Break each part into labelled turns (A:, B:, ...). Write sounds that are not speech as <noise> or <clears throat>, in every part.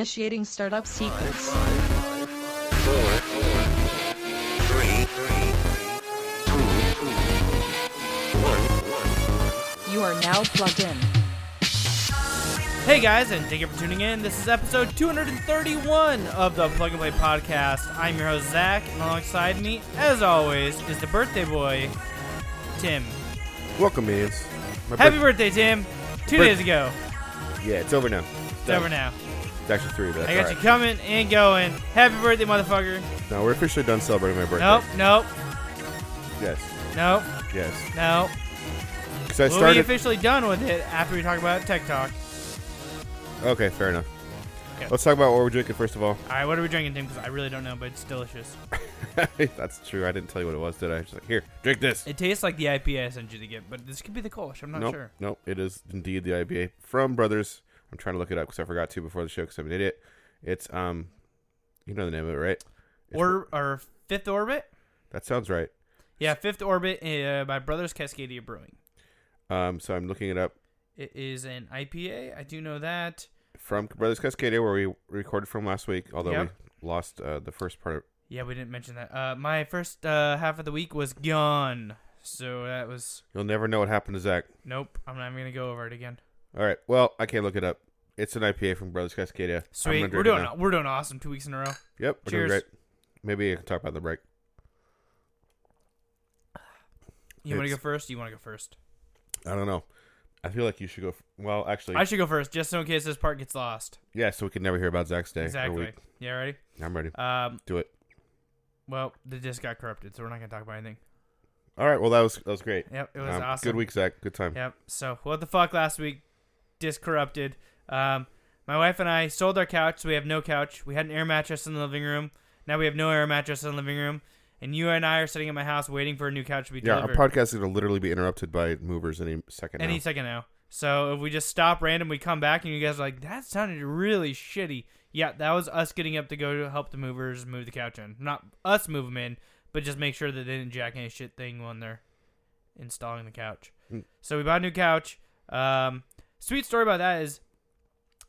A: Initiating startup sequence.
B: four, three, two, one.
A: You are now plugged in.
C: Hey guys, and thank you for tuning in. This is episode 231 of the Plug and Play podcast. I'm your host Zach, and alongside me, as always, is the birthday boy, Tim.
D: Welcome, Mans. My
C: Happy
D: birth-
C: birthday, Tim! Two
D: Birth-
C: days ago.
D: Yeah, it's over now.
C: It's over now.
D: It's actually three, but that's
C: I got
D: all
C: you
D: right.
C: coming and going. Happy birthday, motherfucker!
D: No, we're officially done celebrating my birthday.
C: Nope, nope,
D: Yes.
C: nope,
D: Yes.
C: nope.
D: Because I
C: We'll be
D: started.
C: officially done with it after we talk about Tech Talk.
D: okay, fair enough.
C: Okay.
D: Let's talk about what we're drinking first of all. <laughs>
C: All right, what are we drinking, Tim? Because I really don't know, but it's delicious.
D: that's true. I didn't tell you what it was, did I? Just like, here, drink this.
C: It tastes like the IPA I sent you to get, but this could be the Kolsch. I'm not
D: nope.
C: sure.
D: Nope. It is indeed the IBA from Brothers. I'm trying to look it up because I forgot to before the show because I'm an idiot. It's um, you know the name of it, right? It's-
C: Or or Fifth Orbit.
D: that sounds right.
C: Yeah, Fifth Orbit uh, by Brothers Cascadia Brewing.
D: Um, so I'm looking it up
C: It is an IPA. I do know that.
D: from Brothers Cascadia where we recorded from last week, although
C: Yep.
D: we lost uh, the first part.
C: Yeah, we didn't mention that. Uh, my first uh, half of the week was gone, so that was
D: You'll never know what happened to Zach.
C: nope. I'm not even gonna go over it again.
D: All right. Well, I can't look it up. It's an IPA from Brothers Cascadia. I'm gonna
C: Sweet,
D: drink
C: we're
D: it
C: doing
D: now.
C: we're doing awesome. Two weeks in a row.
D: Yep. We're doing
C: Cheers.
D: great. Maybe I can talk about the break.
C: You want to
D: It's-
C: go first? You want to go first?
D: I don't know. I feel like you should go. F- well, actually,
C: I should go first, just so in case this part gets lost.
D: yeah. So we can never hear about Zach's day. or
C: Exactly.
D: week.
C: Yeah, ready?
D: I'm ready.
C: Um,
D: Do it.
C: well, the disc got corrupted, so we're not gonna talk about anything.
D: All right. Well, that was that was great.
C: Yep, it was
D: Um,
C: awesome.
D: Good week, Zach. Good time.
C: Yep. So what the fuck last week? Disc corrupted. Um, my wife and I sold our couch, so we have no couch. We had an air mattress in the living room. Now we have no air mattress in the living room. And you and I are sitting at my house waiting for a new couch to be
D: Yeah.
C: delivered
D: Our podcast is gonna literally be interrupted by movers any second.
C: any
D: now.
C: second now. So if we just stop random, we come back and you guys are like, that sounded really shitty. Yeah, that was us getting up to go to help the movers move the couch in. Not us move them in, but just make sure that they didn't jack any shit thing when they're installing the couch.
D: Mm.
C: So we bought a new couch. Um, sweet story about that is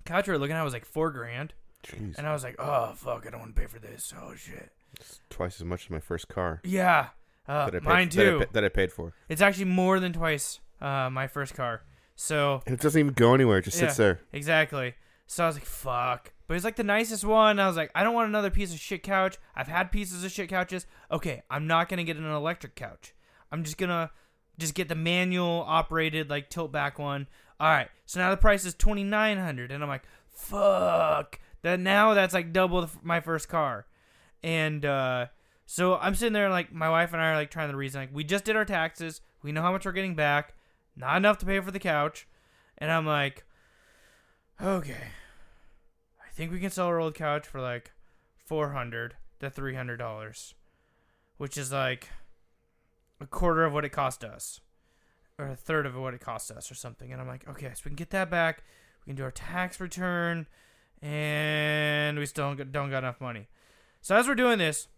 C: couch we were looking at was like four grand,
D: Jeez.
C: and I was like, oh fuck, I don't want to pay for this. Oh shit.
D: It's twice as much as my first car.
C: Yeah, uh,
D: that I paid,
C: mine
D: that I
C: too.
D: pa- that I paid for.
C: It's actually more than twice uh, my first car. So
D: And it doesn't even go anywhere. It just sits
C: Yeah,
D: there.
C: Exactly. So I was like, fuck. But it's like the nicest one. I was like, I don't want another piece of shit couch. I've had pieces of shit couches. Okay, I'm not gonna get an electric couch. I'm just gonna just get the manual operated like tilt back one. Alright, so now the price is twenty nine hundred and I'm like, fuck. That now that's like double the, my first car. And uh so I'm sitting there like my wife and I are like trying to reason like we just did our taxes. We know how much we're getting back. Not enough to pay for the couch. And I'm like, okay, I think we can sell our old couch for like four hundred to three hundred dollars, which is like a quarter of what it cost us, or a third of what it cost us, or something. And I'm like, okay, so we can get that back. We can do our tax return, and we still don't got- don't got enough money. So as we're doing this,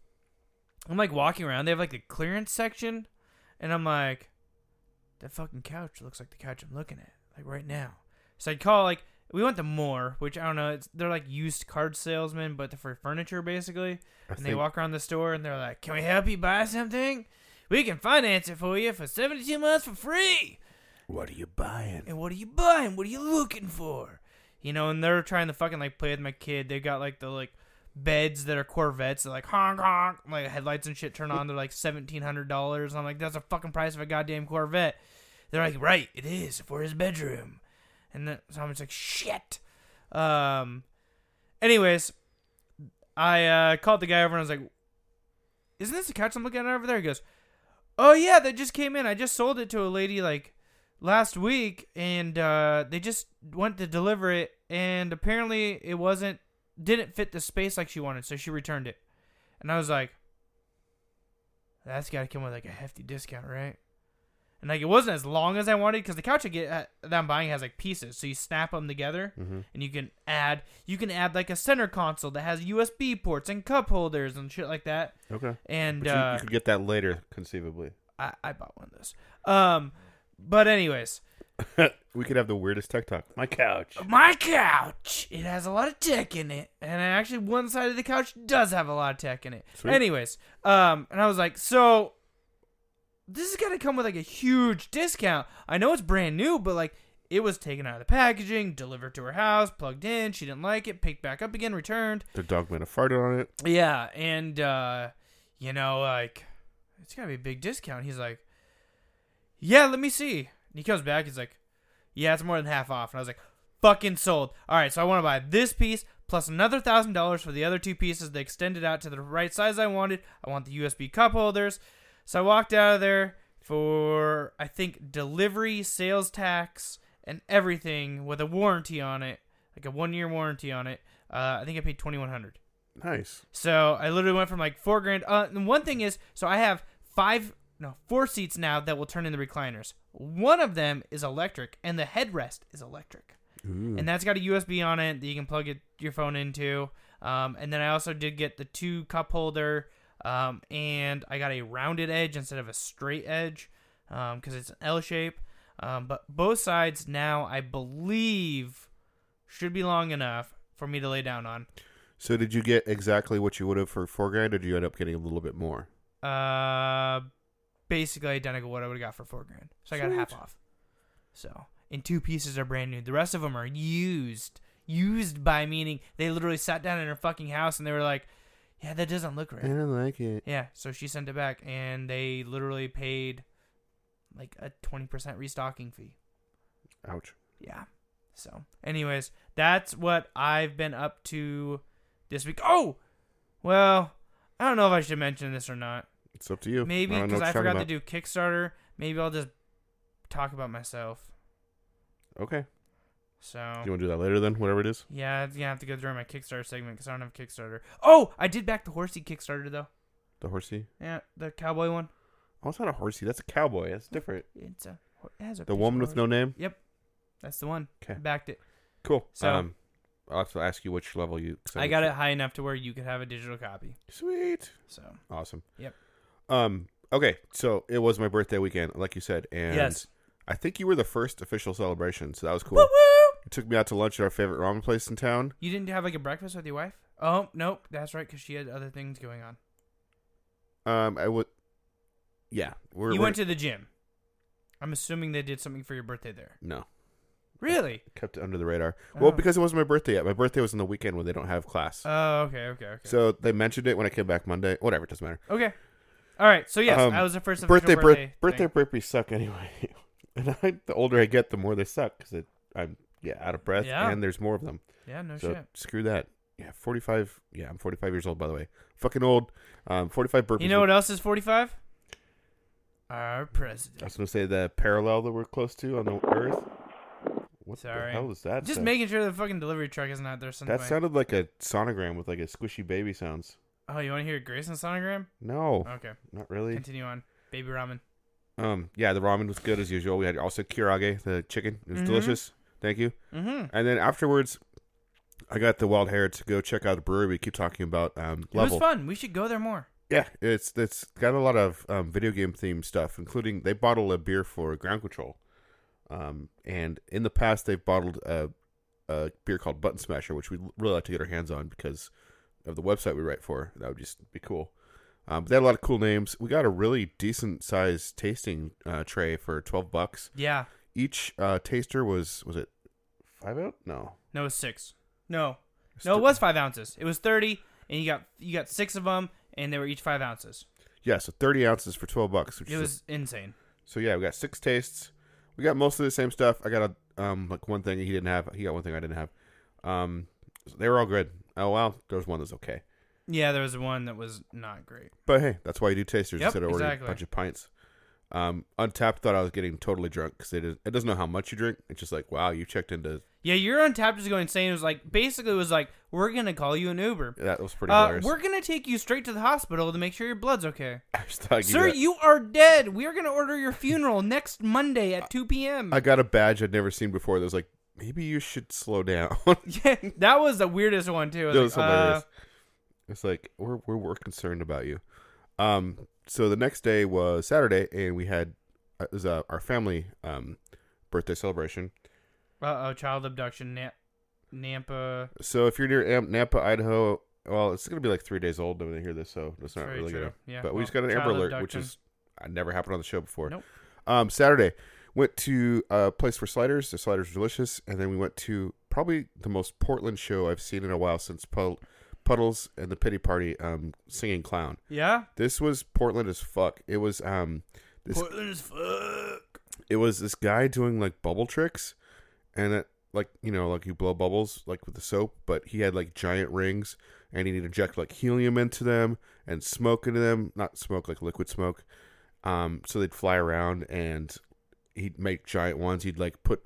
C: I'm like walking around. They have like the clearance section, and I'm like, that fucking couch looks like the couch I'm looking at, like right now. So I'd call like we went to Moore, which I don't know. It's they're like used card salesmen, but they're for furniture basically.
D: I
C: and they
D: think-
C: walk around the store and they're like, "Can we help you buy something? We can finance it for you for seventy-two months for free."
D: What are you buying?
C: And what are you buying? What are you looking for? You know, and they're trying to fucking like play with my kid. They've got like the like beds that are Corvettes. They're like honk honk, like headlights and shit turn on. They're like seventeen hundred dollars. I'm like, that's a fucking price of a goddamn Corvette. They're like, right, it is for his bedroom. And then, so I'm just like, shit. Um. Anyways, I uh, called the guy over and I was like, "Isn't this the couch I'm looking at over there?" He goes, "Oh yeah, that just came in. I just sold it to a lady like last week and uh, they just went to deliver it and apparently it wasn't didn't fit the space like she wanted so she returned it and i was like that's got to come with like a hefty discount right and like it wasn't as long as i wanted because the couch I get, uh, that i'm buying has like pieces so you snap them together
D: Mm-hmm.
C: and you can add you can add like a center console that has usb ports and cup holders and shit like that
D: Okay.
C: and
D: But you-
C: uh,
D: you could get that later, conceivably.
C: I, I bought one of those. Um, but anyways,
D: <laughs> we could have the weirdest tech talk. My couch.
C: My couch. It has a lot of tech in it, and actually, one side of the couch does have a lot of tech in it.
D: Sweet.
C: Anyways, um, and I was like, so this is gonna come with like a huge discount. I know it's brand new, but like it was taken out of the packaging, delivered to her house, plugged in. She didn't like it, picked back up again, returned.
D: The dog might have farted on it.
C: Yeah, and uh, you know, like it's gotta be a big discount. He's like, yeah, let me see. And he comes back. He's like, yeah, it's more than half off. And I was like, fucking sold. All right, so I want to buy this piece plus another thousand dollars for the other two pieces. They extended out to the right size I wanted. I want the USB cup holders. So I walked out of there for I think delivery, sales tax, and everything with a warranty on it, like a one year warranty on it. Uh, I think I paid twenty one hundred.
D: Nice.
C: So I literally went from like four grand. Uh, and one thing is, so I have five, no, four seats now that will turn into recliners. One of them is electric, and the headrest is electric,
D: Ooh.
C: and that's got a USB on it that you can plug it, your phone into. Um, and then I also did get the two cup holder, um, and I got a rounded edge instead of a straight edge because it's an L shape. Um, but both sides now, I believe, should be long enough for me to lay down on.
D: So did you get exactly what you would have for four grand, or did you end up getting a little bit more?
C: Uh, basically identical to what I would have got for four grand. So I got half
D: Sweet.
C: off. So and two pieces are brand new. The rest of them are used. Used by meaning they literally sat down in her fucking house and they were like, "Yeah, that doesn't look right."
D: don't like it.
C: Yeah, so she sent it back and they literally paid like a twenty percent restocking fee.
D: Ouch.
C: Yeah. So, anyways, that's what I've been up to this week. Oh, well, I don't know if I should mention this or not.
D: It's up to you.
C: Maybe
D: don't know
C: because
D: what
C: I
D: you're
C: forgot to do
D: talking
C: Kickstarter. Maybe I'll just talk about myself.
D: about. Okay. You
C: So
D: want to do that later then? Whatever it is.
C: yeah, it's gonna have to go during my Kickstarter segment because I don't have Kickstarter. Oh, I did back the horsey Kickstarter though.
D: The horsey.
C: Yeah, the cowboy one.
D: Oh, it's not a horsey. That's a cowboy. That's different.
C: It's a hor- it has a
D: The woman with no name.
C: That's the one.
D: 'Kay.
C: Backed it.
D: Cool.
C: So-
D: um, I'll have to ask you which level you. 'cause
C: I
D: need
C: got
D: to-
C: it high enough to where you could have a digital copy.
D: Sweet.
C: So
D: Awesome.
C: Yep.
D: Um. Okay. So it was my birthday weekend, like you said, and
C: yes.
D: I think you were the first official celebration, so that was cool.
C: Woo woo.
D: You took me out to lunch at our favorite ramen place in town.
C: You didn't have like a breakfast with your wife? Oh nope, that's right because she had other things going on.
D: Um. I would. Yeah. We're,
C: you
D: we're-
C: went to the gym. I'm assuming they did something for your birthday there.
D: No.
C: Really?
D: Kept it under the radar.
C: Oh.
D: Well, because it wasn't my birthday yet. My birthday was on the weekend when they don't have class.
C: Oh, okay, okay, okay.
D: So they mentioned it when I came back Monday. Whatever, it doesn't matter.
C: Okay. All right. So yes,
D: Um,
C: I was the first official
D: birthday
C: birthday
D: birthday birthday
C: thing.
D: burpees suck anyway. <laughs> and I, the older I get, the more they suck because I'm yeah out of breath
C: Yeah.
D: and there's more of them.
C: Yeah, no
D: so
C: shit.
D: screw that. Yeah, 45. Yeah, I'm 45 years old by the way. Fucking old. Um, 45 burpees.
C: You know what else is 45? Our
D: I
C: president.
D: was gonna say the parallel that we're close to on the Earth. What
C: Sorry.
D: the hell is that?
C: Just
D: sound?
C: making sure the fucking delivery truck isn't out there somewhere.
D: that sounded like a sonogram with like a squishy baby sounds.
C: oh, you want to hear Grayson's sonogram?
D: No,
C: Okay.
D: not really.
C: Continue on. Baby ramen.
D: Um, yeah, the ramen was good as usual. We had also kirage, the chicken. It was
C: Mhm.
D: delicious. Thank you.
C: Mm-hmm.
D: And then afterwards, I got the wild hair to go check out a brewery we keep talking about. Um,
C: It was
D: level.
C: fun. We should go there more.
D: Yeah, it's it's got a lot of um, video game themed stuff, including they bottle a beer for Ground Control. Um, and in the past, they've bottled a, a beer called Button Smasher, which we'd really like to get our hands on because of the website we write for. That would just be cool. Um, they had a lot of cool names. We got a really decent sized tasting uh, tray for twelve bucks.
C: Yeah.
D: Each uh, taster was was it five out? No,
C: No, it was six. No. No, it was five ounces. It was 30, and you got you got six of them, and they were each five ounces.
D: Yeah, so thirty ounces for twelve bucks, which
C: It
D: is a
C: was insane.
D: So yeah, we got six tastes. We got mostly the same stuff. I got a um like one thing he didn't have. He got one thing I didn't have. Um, they were all good. Oh well, there was one that's okay.
C: Yeah, there was one that was not great.
D: But hey, that's why you do tasters
C: Yep,
D: instead of ordering
C: exactly.
D: a bunch of pints. Um, Untapped thought I was getting totally drunk because it, it doesn't know how much you drink. It's just like wow, you checked into
C: Yeah, your untapped is going insane. It was like basically it was like we're gonna call you an Uber.
D: that was pretty
C: Uh,
D: hilarious. <laughs>
C: we're gonna take you straight to the hospital to make sure your blood's okay.
D: I was talking
C: Sir,
D: about-
C: you are dead. We are gonna order your funeral next Monday at two p.m.
D: I got a badge I'd never seen before. That was like maybe you should slow down.
C: <laughs>
D: <laughs>
C: yeah, that was the weirdest one too. I
D: That was
C: like, uh,
D: hilarious. It's like we're, we're we're concerned about you. Um. So the next day was Saturday, and we had uh, it was uh, our family um birthday celebration.
C: Uh oh, child abduction, na- Nampa.
D: So if you're near Am- Nampa, Idaho, well, it's gonna be like three days old when they hear this, so that's not
C: Very
D: really
C: true.
D: gonna.
C: Yeah,
D: but we
C: well,
D: just got an
C: child
D: Amber Alert,
C: abduction.
D: which is I never happened on the show before.
C: Nope.
D: Um, Saturday went to a place for sliders. The sliders were delicious, and then we went to probably the most Portland show I've seen in a while since Pud- Puddles and the Pity Party um, singing clown.
C: Yeah.
D: This was Portland as fuck. It was um, this
C: Portland as fuck.
D: it was this guy doing like bubble tricks and it like you know like you blow bubbles like with the soap but he had like giant rings and he'd inject like helium into them and smoke into them not smoke like liquid smoke um so they'd fly around and he'd make giant ones he'd like put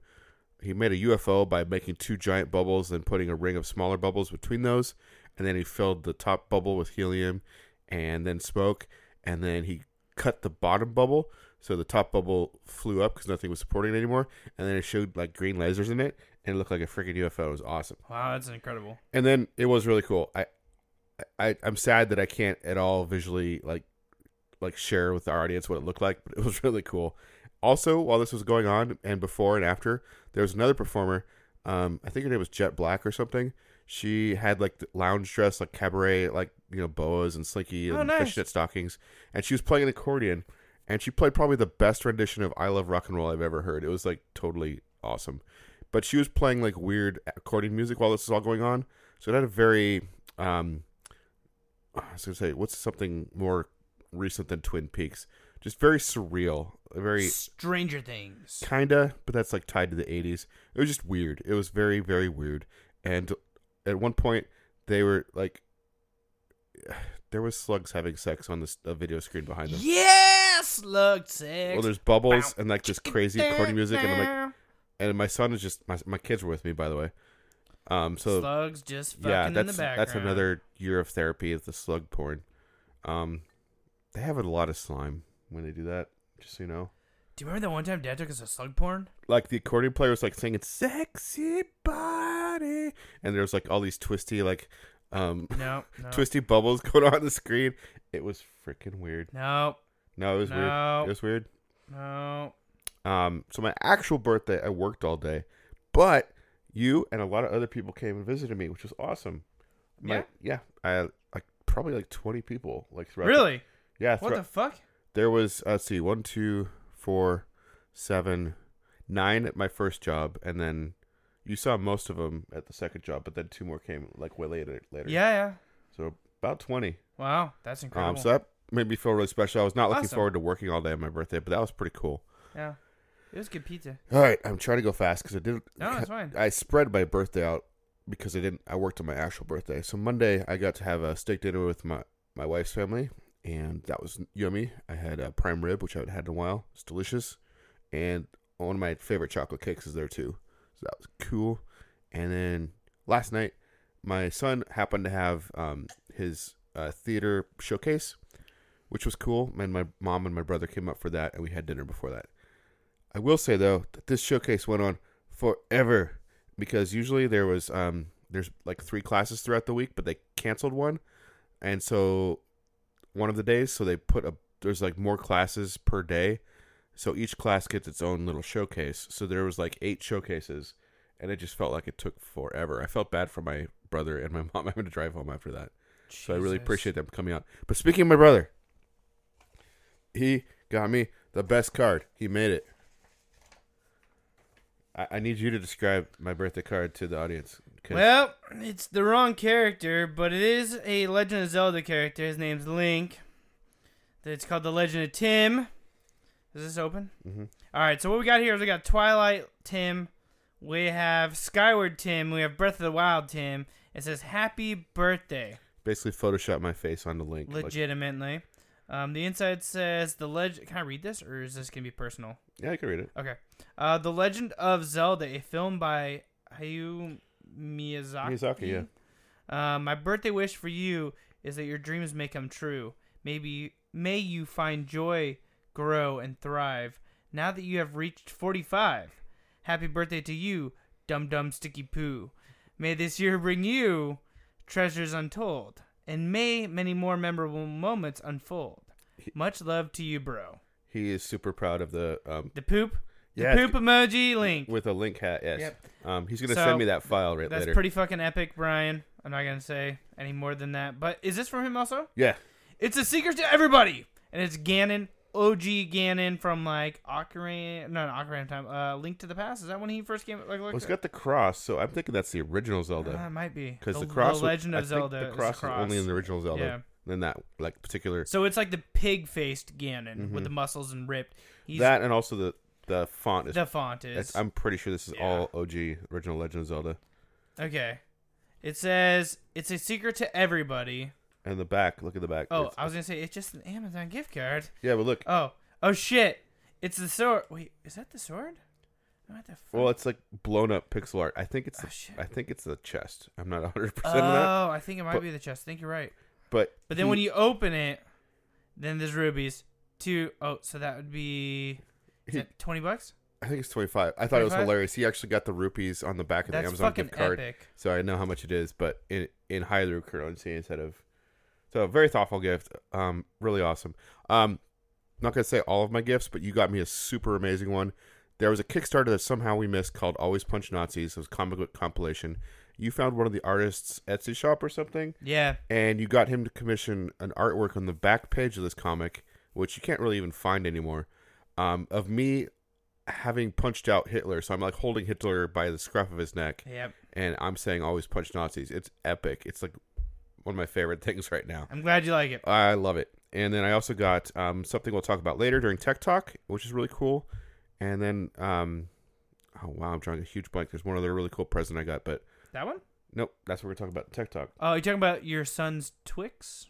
D: he made a UFO by making two giant bubbles and putting a ring of smaller bubbles between those and then he filled the top bubble with helium and then smoke and then he cut the bottom bubble so the top bubble flew up because nothing was supporting it anymore and then it showed like green lasers in it and it looked like a freaking ufo it was awesome
C: Wow, that's incredible.
D: and then it was really cool i i i'm sad that i can't at all visually like like share with the audience what it looked like but it was <laughs> really cool also while this was going on and before and after there was another performer um i think her name was jet black or something she had like the lounge dress like cabaret like you know boas and slinky and
C: Oh, nice.
D: fishnet stockings and she was playing an accordion and she played probably the best rendition of i love rock and roll i've ever heard it was like totally awesome but she was playing like weird accordion music while this was all going on so it had a very um I was gonna say what's something more recent than Twin Peaks? Just very surreal, a very
C: Stranger Things.
D: kinda, but that's like tied to the '80s. It was just weird. It was very, very weird. And at one point, they were like, <sighs> there was slugs having sex on this a video screen behind them.
C: Yes, look sex.
D: Well, there's bubbles and like this crazy accordion music, and I'm like, and my son is just my, my kids were with me by the way. Um, so
C: slugs just fucking
D: yeah,
C: in the
D: that's
C: background.
D: that's another year of therapy of the slug porn. Um, they have a lot of slime when they do that. Just so you know,
C: Do you remember that one time Dad took us to slug porn?
D: like the accordion player was like singing "sexy body," and there was like all these twisty like um <laughs>
C: No, no,
D: twisty bubbles going on the screen. It was freaking weird.
C: no,
D: No, it was
C: No.
D: weird. It was weird.
C: no.
D: Um, so my actual birthday, I worked all day, but you and a lot of other people came and visited me, which was awesome. My, yeah, I like probably like twenty people like throughout. the-
C: Really?
D: yeah.
C: What
D: throughout-
C: the fuck?
D: there was uh, let's see one, two, four, seven, nine at my first job, and then you saw most of them at the second job, but then two more came like way later. Later,
C: Yeah, yeah.
D: So about twenty.
C: Wow, that's incredible.
D: Um, so that made me feel really special. I was not looking
C: Awesome.
D: forward to working all day on my birthday, but that was pretty cool.
C: yeah, it was good pizza.
D: All right, I'm trying to go fast because I didn't.
C: No, it's fine.
D: I spread my birthday out because I didn't. I worked on my actual birthday, so Monday I got to have a steak dinner with my my wife's family, and that was yummy. I had a prime rib, which I haven't had in a while. It's delicious, and one of my favorite chocolate cakes is there too, so that was cool. And then last night, my son happened to have um, his uh, theater showcase, which was cool. And my mom and my brother came up for that, and we had dinner before that. I will say though that this showcase went on forever because usually there was um there's like three classes throughout the week, but they canceled one, and so one of the days, so they put a there's like more classes per day, so each class gets its own little showcase. So there was like eight showcases, and it just felt like it took forever. I felt bad for my brother and my <laughs> mom having to drive home after that. So I really
C: Jesus.
D: appreciate them coming out. But speaking of my brother, he got me the best card. He made it. I, I need you to describe my birthday card to the audience. 'cause-
C: Well, it's the wrong character, but it is a Legend of Zelda character. His name's Link. It's called the Legend of Tim. Is this open? Mm-hmm. All right. So what we got here is we got Twilight Tim, we have Skyward Tim, we have Breath of the Wild Tim. It says Happy Birthday,
D: basically Photoshop my face on the link. Like-
C: legitimately. Um, the inside says the legend. Can I read this, or is this gonna be personal?
D: yeah, I can read it.
C: Okay. Uh, The Legend of Zelda, a film by Hayao Miyazaki.
D: Miyazaki, yeah.
C: Uh, my birthday wish for you is that your dreams may come true. Maybe may you find joy, grow, and thrive. Now that you have reached 45, happy birthday to you, dum dum sticky poo. May this year bring you treasures untold, and may many more memorable moments unfold. Much love to you, bro.
D: He is super proud of the um
C: The poop.
D: Yeah,
C: Poop emoji link.
D: with a link hat. Yes.
C: Yep.
D: Um, he's gonna
C: So,
D: send me that file right
C: That's
D: later.
C: pretty fucking epic, Brian. I'm not gonna say any more than that. But is this from him also?
D: yeah.
C: It's a secret to everybody, and it's Ganon, OG Ganon from like Ocarina, no, not Ocarina of Time. Uh, Link to the Past. Is that when he first came? Like,
D: Well, it's got the cross, so I'm thinking that's the original Zelda.
C: that Uh, might be
D: because the, cross, was-
C: Legend
D: I
C: of
D: think
C: Zelda,
D: the cross,
C: is,
D: is only in the original Zelda.
C: Yeah.
D: Than that, like particular
C: So it's like the pig-faced Ganon with the muscles and ripped. He's
D: Mm-hmm. that, and also the the font is.
C: the font
D: it's-
C: is
D: I'm pretty sure this is
C: Yeah.
D: all OG original Legend of Zelda,
C: okay. It says it's a secret to everybody.
D: and the back. Look at the back.
C: Oh,
D: It's-
C: I was gonna say it's just an Amazon gift card.
D: yeah, but look.
C: Oh, oh shit! It's the sword. Wait, is that the sword? What the fuck?
D: well, it's like blown up pixel art. I think it's.
C: Oh,
D: The,
C: shit.
D: I think it's the chest. I'm not 100
C: oh,
D: percent on that,
C: I think it might
D: but-
C: be the chest. I think you're right.
D: but
C: But then when you open it, then there's rubies. Two. Oh, so that would be is
D: He- <laughs>
C: that twenty bucks.
D: I think it's 25. I thought it was
C: 25?
D: hilarious. He actually got the rupees on the back of the
C: That's
D: Amazon
C: fucking
D: gift card,
C: epic.
D: so I know how much it is. But in in Hyrule currency instead of, so a very thoughtful gift. Um, really awesome. Um, not gonna say all of my gifts, but you got me a super amazing one. There was a Kickstarter that somehow we missed called "Always Punch Nazis." It was a comic book compilation. You found one of the artists' Etsy shop or something,
C: Yeah.
D: and you got him to commission an artwork on the back page of this comic, which you can't really even find anymore, um, of me having punched out Hitler. So I'm like holding Hitler by the scruff of his neck,
C: Yep.
D: and I'm saying always punch Nazis. It's epic. It's like one of my favorite <laughs> things right now.
C: I'm glad you like it.
D: I love it. And then I also got um, something we'll talk about later during Tech Talk, which is really cool. And then, um, oh wow, I'm drawing a huge blank. There's one other really cool present I got, but
C: That one?
D: nope, that's what we're talking about in Tech Talk.
C: Oh, you're talking about your son's Twix?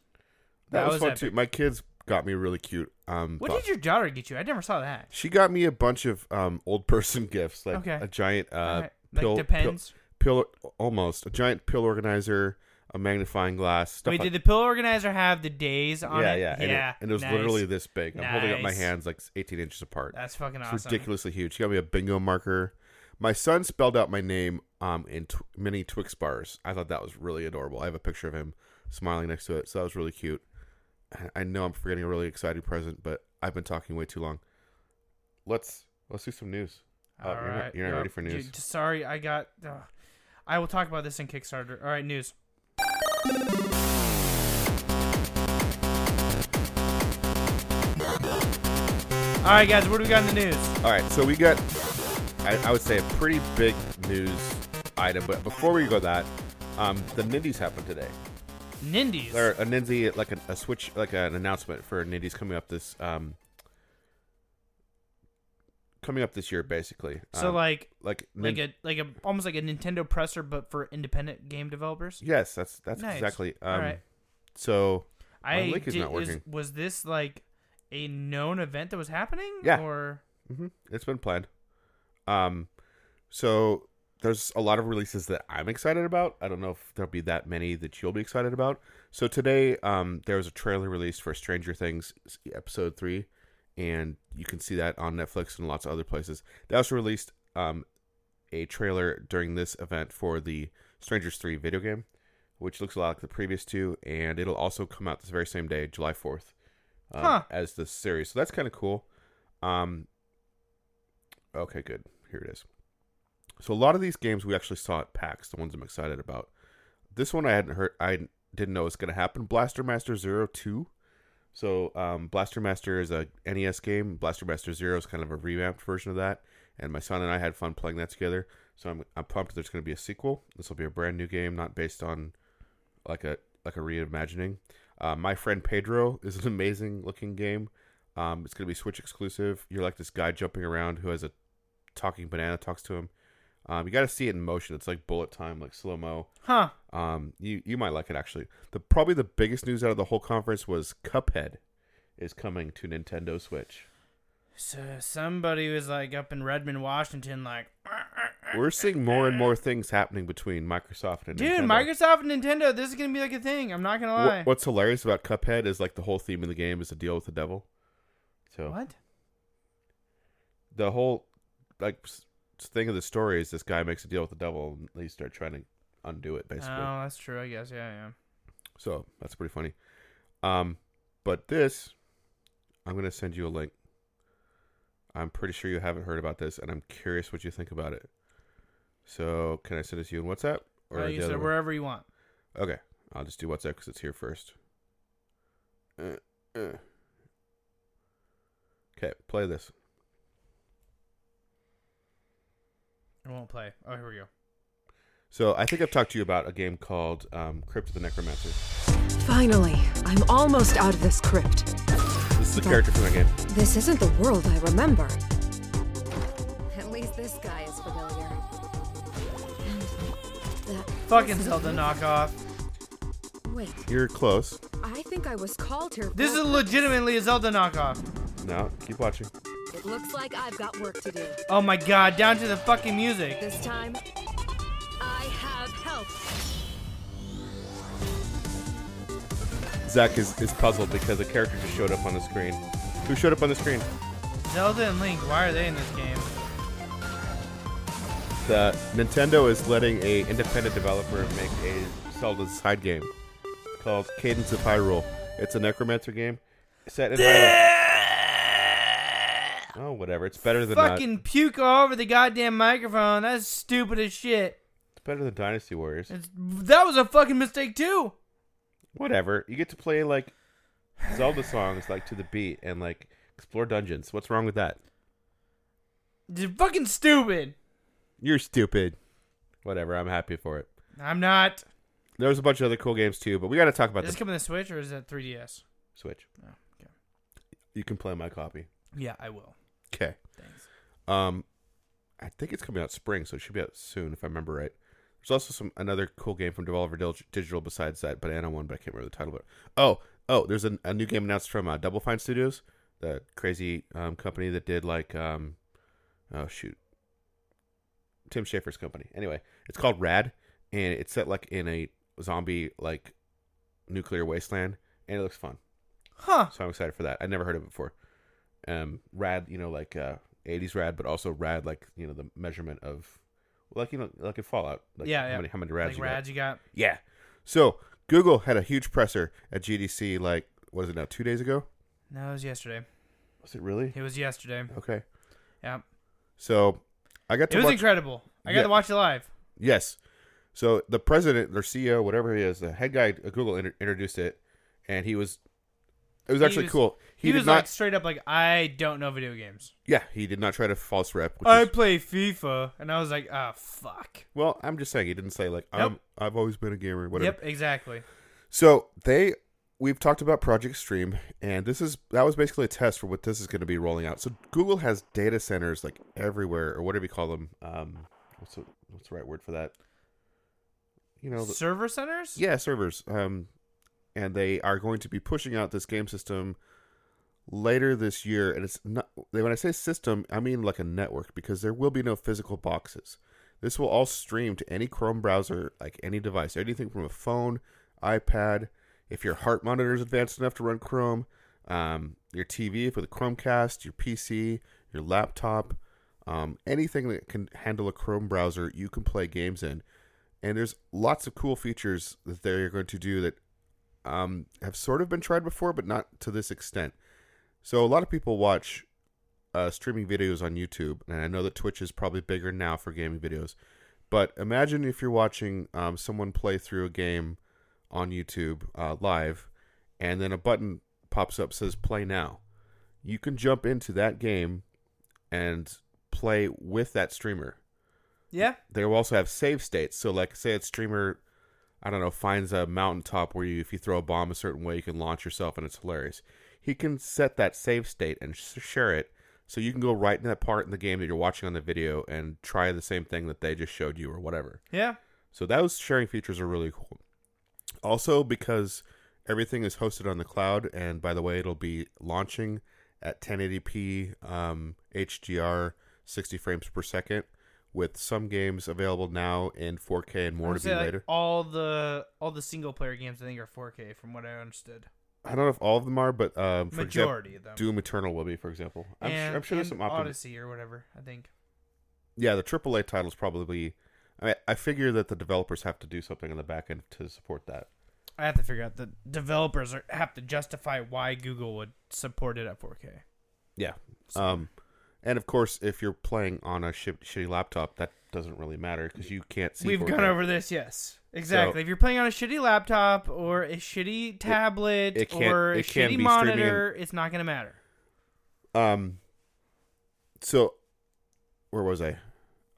D: That,
C: That
D: was,
C: was
D: fun
C: epic.
D: too. My kids got me really cute. Um,
C: What
D: thought-
C: did your daughter get you? I never saw that.
D: She got me a bunch of um, old person <laughs> gifts, like
C: Okay.
D: a giant uh,
C: Alright,
D: pill,
C: like depends.
D: pill, pill, almost a giant pill organizer, a magnifying glass. Stuff
C: Wait,
D: like-
C: Oh, did the pill organizer have the days on
D: yeah,
C: it?
D: yeah, and it-
C: yeah.
D: and it was
C: nice.
D: literally this big. I'm holding up my
C: Nice.
D: hands like 18 inches apart.
C: that's fucking
D: it's
C: awesome.
D: ridiculously huge. She got me a bingo marker. My son spelled out my name um, in tw- mini Twix bars. I thought that was really adorable. I have a picture of him smiling next to it, so that was really cute. I- I know I'm forgetting a really exciting present, but I've been talking way too long. Let's let's do some news. Oh,
C: All
D: you're not-
C: right,
D: you're not
C: yeah.
D: ready for
C: Ju-
D: news.
C: ju- uh, sorry, I got. ugh. I will talk about this in Kickstarter. All right, news. All right, guys, what do we got in the news?
D: All right, so we got, I, I would say, a pretty big news item. But before we go that, um, the Nindies happened today.
C: Nindies.
D: Or a Nindy, like a, a switch, like an announcement for Nindies coming up this, um, coming up this year, basically.
C: So
D: Um,
C: like,
D: like,
C: like
D: Nin-
C: a like a almost like a Nintendo presser, but for independent game developers.
D: yes, that's that's
C: Nice.
D: exactly. Um,
C: All right.
D: So
C: I
D: link is
C: did-
D: not
C: is-
D: working.
C: was this like a known event that was happening?
D: Yeah.
C: Or
D: hmm It's been planned. Um, so there's a lot of releases that I'm excited about. I don't know if there'll be that many that you'll be excited about. So today, um, there was a trailer released for Stranger Things s- episode three, and you can see that on Netflix and lots of other places. They also released um, a trailer during this event for the Strangers Three video game, which looks a lot like the previous two, and it'll also come out this very same day, July fourth, um,
C: Huh.
D: as the series. So that's kind of cool. Um, Okay, good. Here it is. So a lot of these games we actually saw at PAX, the ones I'm excited about. This one I hadn't heard I didn't know was going to happen. Blaster Master Zero Two. So um, Blaster Master is a NES game. Blaster Master Zero is kind of a revamped version of that. And my son and I had fun playing that together. So I'm, I'm pumped. There's going to be a sequel. This will be a brand new game, not based on like a like a reimagining. Uh, my friend Pedro is an amazing looking game. Um, it's going to be Switch exclusive. You're like this guy jumping around who has a talking banana talks to him. Um, you got to see it in motion. It's like bullet time, like slow mo.
C: huh?
D: Um, you you might like it actually. The probably the biggest news out of the whole conference was Cuphead is coming to Nintendo Switch.
C: So somebody was like up in Redmond, Washington, like,
D: We're seeing more and more things happening between Microsoft and
C: dude,
D: Nintendo.
C: Microsoft and Nintendo, this is gonna be like a thing. I'm not gonna
D: Wha-
C: lie.
D: what's hilarious about Cuphead is like the whole theme of the game is to deal with the devil. So
C: What?
D: the whole like s- thing of the story is this guy makes a deal with the devil and they start trying to undo it basically.
C: Oh, that's true. I guess. Yeah, yeah.
D: So that's pretty funny. Um, but this, I'm gonna send you a link. I'm pretty sure you haven't heard about this, and I'm curious what you think about it. So, can I send it to you in WhatsApp
C: Uh,
D: the
C: you said
D: other
C: it
D: one?
C: wherever you want.
D: Okay, I'll just do WhatsApp because it's here first. Uh, uh. Okay, play this.
C: It won't play. Oh, here we go.
D: So I think I've talked to you about a game called um, Crypt of the Necromancer.
E: Finally, I'm almost out of this crypt.
D: This is the character from that game.
E: This isn't the world I remember. At least this guy is familiar. And that
C: Fucking Zelda knockoff.
E: Wait,
D: You're close.
E: I think I was called here.
C: This
E: for-
C: is legitimately a Zelda knockoff.
D: No, keep watching.
E: It looks like I've got work to do.
C: Oh my god, down to the fucking music.
E: This time, I have help.
D: Zach is, is puzzled because a character just showed up on the screen. Who showed up on the screen?
C: Zelda and Link, why are they in this game?
D: The Nintendo is letting a independent developer make a Zelda side game called Cadence of Hyrule. It's a necromancer game set in Hyrule. Oh, whatever. It's better than not-
C: Fucking puke all over the goddamn microphone. That's stupid as shit.
D: It's better than Dynasty Warriors.
C: It's, that was a fucking mistake too.
D: Whatever. You get to play like Zelda songs like to the beat and like explore dungeons. What's wrong with that?
C: It's fucking stupid.
D: You're stupid. Whatever. I'm happy for it.
C: I'm not.
D: There's a bunch of other cool games too, but we got to talk about
C: Is this
D: the
C: coming to Switch or is that 3DS?
D: Switch.
C: Oh, okay.
D: You can play my copy.
C: Yeah, I will.
D: Okay.
C: Thanks.
D: Um, I think it's coming out spring, so it should be out soon if I remember right. There's also some another cool game from Devolver Dil- Digital besides that Banana one, but I can't remember the title. But oh, oh, there's an, a new game announced from uh, Double Fine Studios, the crazy um, company that did like um, oh shoot, Tim Schafer's company. Anyway, it's called Rad, and it's set like in a zombie like nuclear wasteland, and it looks fun.
C: Huh.
D: So I'm excited for that. I never heard of it before. Um, rad, you know, like uh, '80s rad, but also rad, like you know, the measurement of, like you know, like in Fallout. Like
C: yeah,
D: how
C: yeah.
D: Many, how many rads?
C: Like
D: you
C: rads
D: Got.
C: you got?
D: Yeah. So Google had a huge presser at GDC. Like, what is it now? Two days ago?
C: No, it was yesterday.
D: Was it really?
C: It was yesterday.
D: Okay.
C: Yeah.
D: So I got
C: It
D: to
C: was
D: watch.
C: incredible. I got
D: Yeah.
C: to watch it live.
D: Yes. So the president or CEO, whatever he is, the head guy at Google inter- introduced it, and he was. It was
C: He
D: actually
C: was-
D: cool.
C: He,
D: He, did
C: was
D: not.
C: like straight up like, I don't know video games.
D: yeah, he did not try to false rep. Which
C: I
D: is-
C: play FIFA, and I was like, ah, fuck.
D: Well, I'm just saying he didn't say like um I've always been a gamer, whatever.
C: Yep, exactly.
D: So they we've talked about Project Stream, and this is that was basically a test for what this is going to be rolling out. So Google has data centers like everywhere, or whatever you call them. Um, what's the, what's the right word for that? You know, the,
C: Server centers?
D: yeah, servers. Um, and they are going to be pushing out this game system later this year. And it's not when I say system, I mean like a network because there will be no physical boxes. This will all stream to any Chrome browser, like any device, anything from a phone, iPad. If your heart monitor is advanced enough to run Chrome, um, your TV for the Chromecast, your PC, your laptop, um, anything that can handle a Chrome browser, you can play games in and there's lots of cool features that they're going to do that um, have sort of been tried before, but not to this extent. So a lot of people watch uh, streaming videos on YouTube, and I know that Twitch is probably bigger now for gaming videos. But imagine if you're watching um, someone play through a game on YouTube uh, live, and then a button pops up says "Play Now." You can jump into that game and play with that streamer
C: Yeah.
D: they will also have save states. So, like, say a streamer, I don't know, finds a mountaintop where you, if you throw a bomb a certain way, you can launch yourself, and it's hilarious. He can set that save state and sh- share it, so you can go right to that part in the game that you're watching on the video and try the same thing that they just showed you or whatever.
C: Yeah.
D: So those sharing features are really cool. Also, because everything is hosted on the cloud, and by the way, it'll be launching at 1080p um, HDR, 60 frames per second, with some games available now in 4K and more
C: I'd
D: to be
C: say, like,
D: later.
C: all the all the single player games I think are 4K from what I understood.
D: I don't know if all of them are, but um, for example,
C: Majority of them.
D: Doom Eternal will be, for example. I'm,
C: and,
D: sure, I'm sure there's
C: and
D: some optimism.
C: Odyssey or whatever. I think.
D: yeah, the AAA titles probably. I, mean, I figure that the developers have to do something on the back end to support that.
C: I have to figure out the developers are, have to justify why Google would support it at 4K.
D: Yeah.
C: So-
D: Um, And of course, if you're playing on a shit, shitty laptop, that doesn't really matter because you can't see.
C: We've
D: 4K.
C: gone over this, yes. Exactly.
D: So-
C: if you're playing on a shitty laptop or a shitty tablet
D: it can't-
C: or a
D: it can
C: shitty
D: be streaming
C: monitor, it's not going to matter.
D: Um. So, where was I?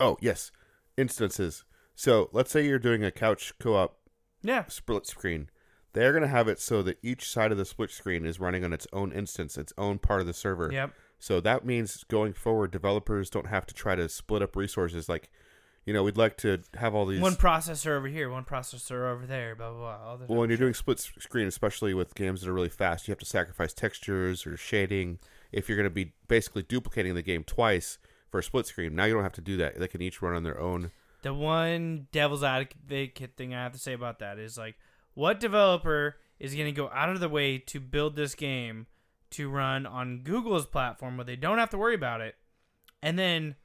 D: Oh yes, instances. So let's say you're doing a couch co-op
C: Yeah.
D: split screen. They're gonna have it so that each side of the split screen is running on its own instance, its own part of the server.
C: Yep.
D: So that means going forward, developers don't have to try to split up resources. Like, you know, we'd like to have all these.
C: One processor over here, one processor over there, blah, blah, blah. All this
D: well, when you're doing split s- screen, especially with games that are really fast, you have to sacrifice textures or shading. If you're going to be basically duplicating the game twice for a split screen, now you don't have to do that. They can each run on their own.
C: The one devil's advocate thing I have to say about that is like, what developer is going to go out of their way to build this game to run on Google's platform where they don't have to worry about it, and then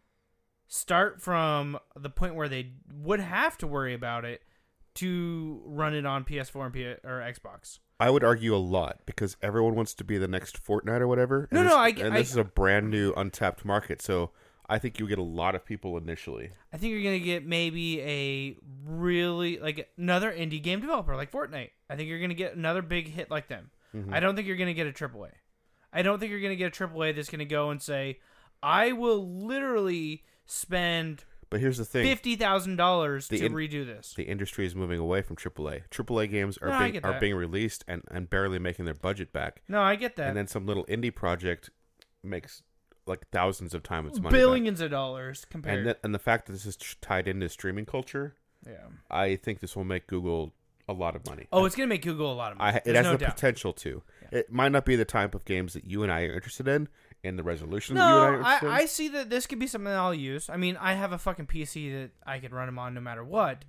C: start from the point where they would have to worry about it to run it on PS4 and P- or Xbox?
D: I would argue a lot because everyone wants to be the next Fortnite or whatever.
C: No,
D: and
C: no,
D: this-
C: I-
D: and
C: I-
D: this is a brand new, untapped market. So I think you get a lot of people initially.
C: I think you're gonna get maybe a really like another indie game developer like Fortnite. I think you're gonna get another big hit like them.
D: Mm-hmm.
C: I don't think you're gonna get a AAA. I don't think you're gonna get a AAA that's gonna go and say, "I will literally spend
D: But here's the thing:
C: fifty thousand dollars
D: The
C: to
D: in-
C: redo this."
D: the industry is moving away from AAA. AAA games are
C: No, I
D: being
C: get
D: are
C: that.
D: being released and, and barely making their budget back.
C: No, I get that.
D: and then some little indie project makes like thousands of times its money back.
C: Billions of dollars compared.
D: and, that and the fact that this is tr- tied into streaming culture
C: yeah.
D: i think this will make google a lot of money
C: Oh, it's gonna make Google a lot of money.
D: I, it
C: There's
D: has
C: no
D: the
C: doubt.
D: potential to it might not be the type of games that you and i are interested in and the resolution that you and i are
C: No, I,
D: interested in
C: I see that this could be something I'll use. I mean, I have a fucking PC that I could run them on no matter what.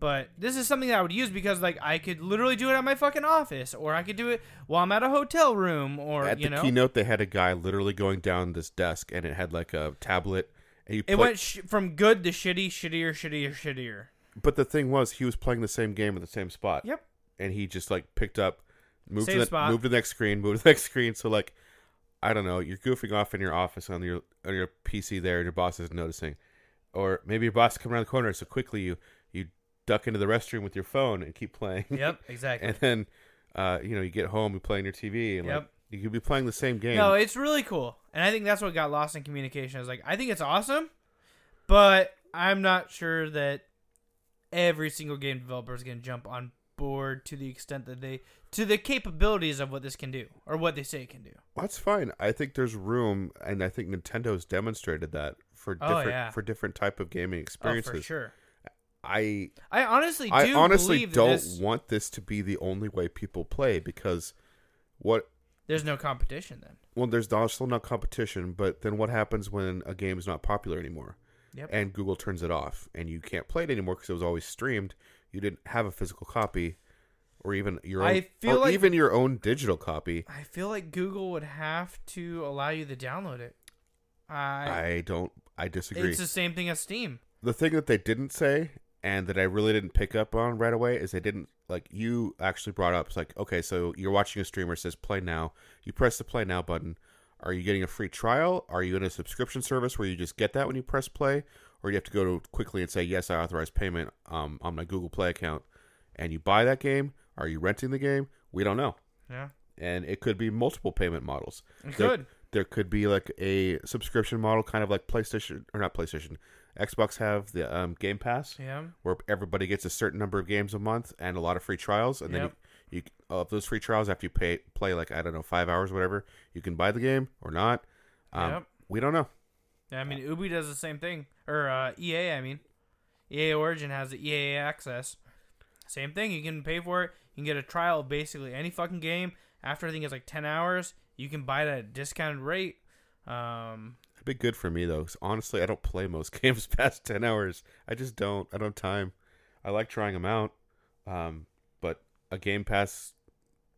C: But this is something that I would use because, like, I could literally do it at my fucking office, or I could do it while I'm at a hotel room, or
D: at
C: you
D: the
C: know,
D: keynote they had a guy literally going down this desk and it had like a tablet and you
C: it
D: play-
C: went sh- from good to shitty, shittier, shittier, shittier.
D: but the thing was he was playing the same game at the same spot
C: Yep.
D: and he just like picked up, moved
C: Same
D: to the
C: spot.
D: moved to the next screen, moved to the <laughs> next screen. So like, I don't know, you're goofing off in your office on your on your PC there, and your boss isn't noticing, or maybe your boss coming around the corner, so quickly you you duck into the restroom with your phone and keep playing.
C: Yep, exactly.
D: <laughs> and then, uh, you know, you get home, you play on your TV, and like
C: Yep.
D: you could be playing the same game.
C: No, it's really cool, and I think that's what got lost in communication. I was like, I think it's awesome, but I'm not sure that every single game developer is going to jump on board to the extent that they to the capabilities of what this can do or what they say it can do. Oh,
D: That's fine. I think there's room, and I think Nintendo's demonstrated that for
C: Oh,
D: different
C: yeah.
D: for different type of gaming
C: Oh,
D: experiences.
C: for sure.
D: I
C: I honestly do
D: I honestly
C: believe that
D: don't
C: this-
D: want this to be the only way people play because what
C: there's no competition then.
D: well there's also not competition, but then what happens when a game is not popular anymore
C: Yep.
D: and Google turns it off and you can't play it anymore because it was always streamed. You didn't have a physical copy or even your own,
C: I feel
D: or
C: like-
D: even your own digital copy.
C: I feel like Google would have to allow you to download it.
D: I,
C: I,
D: don't I disagree.
C: it's the same thing as Steam.
D: the thing that they didn't say and that I really didn't pick up on right away is they didn't like you actually brought up it's like okay so you're watching a streamer it says play now you press the play now button are you getting a free trial are you in a subscription service where you just get that when you press play or you have to go to quickly and say yes I authorize payment um, on my Google Play account and you buy that game are you renting the game we don't know
C: Yeah.
D: and it could be multiple payment models.
C: It
D: there,
C: could.
D: There could be like a subscription model, kind of like PlayStation or not PlayStation, Xbox have the um, Game Pass,
C: Yeah.
D: where everybody gets a certain number of games a month and a lot of free trials, and then
C: Yep.
D: you, you of those free trials after you pay play like I don't know five hours or whatever, you can buy the game or not. Um,
C: Yep.
D: We don't know.
C: Yeah, I mean, Ubi does the same thing, or uh, EA. I mean, EA Origin has the EA Access. Same thing. You can pay for it. You can get a trial of basically any fucking game. After I think it's like ten hours, you can buy it at a discounted rate. Um,
D: It'd be good for me though, 'cause honestly, I don't play most <laughs> games past ten hours. I just don't. I don't have time. I like trying them out, um, but a Game Pass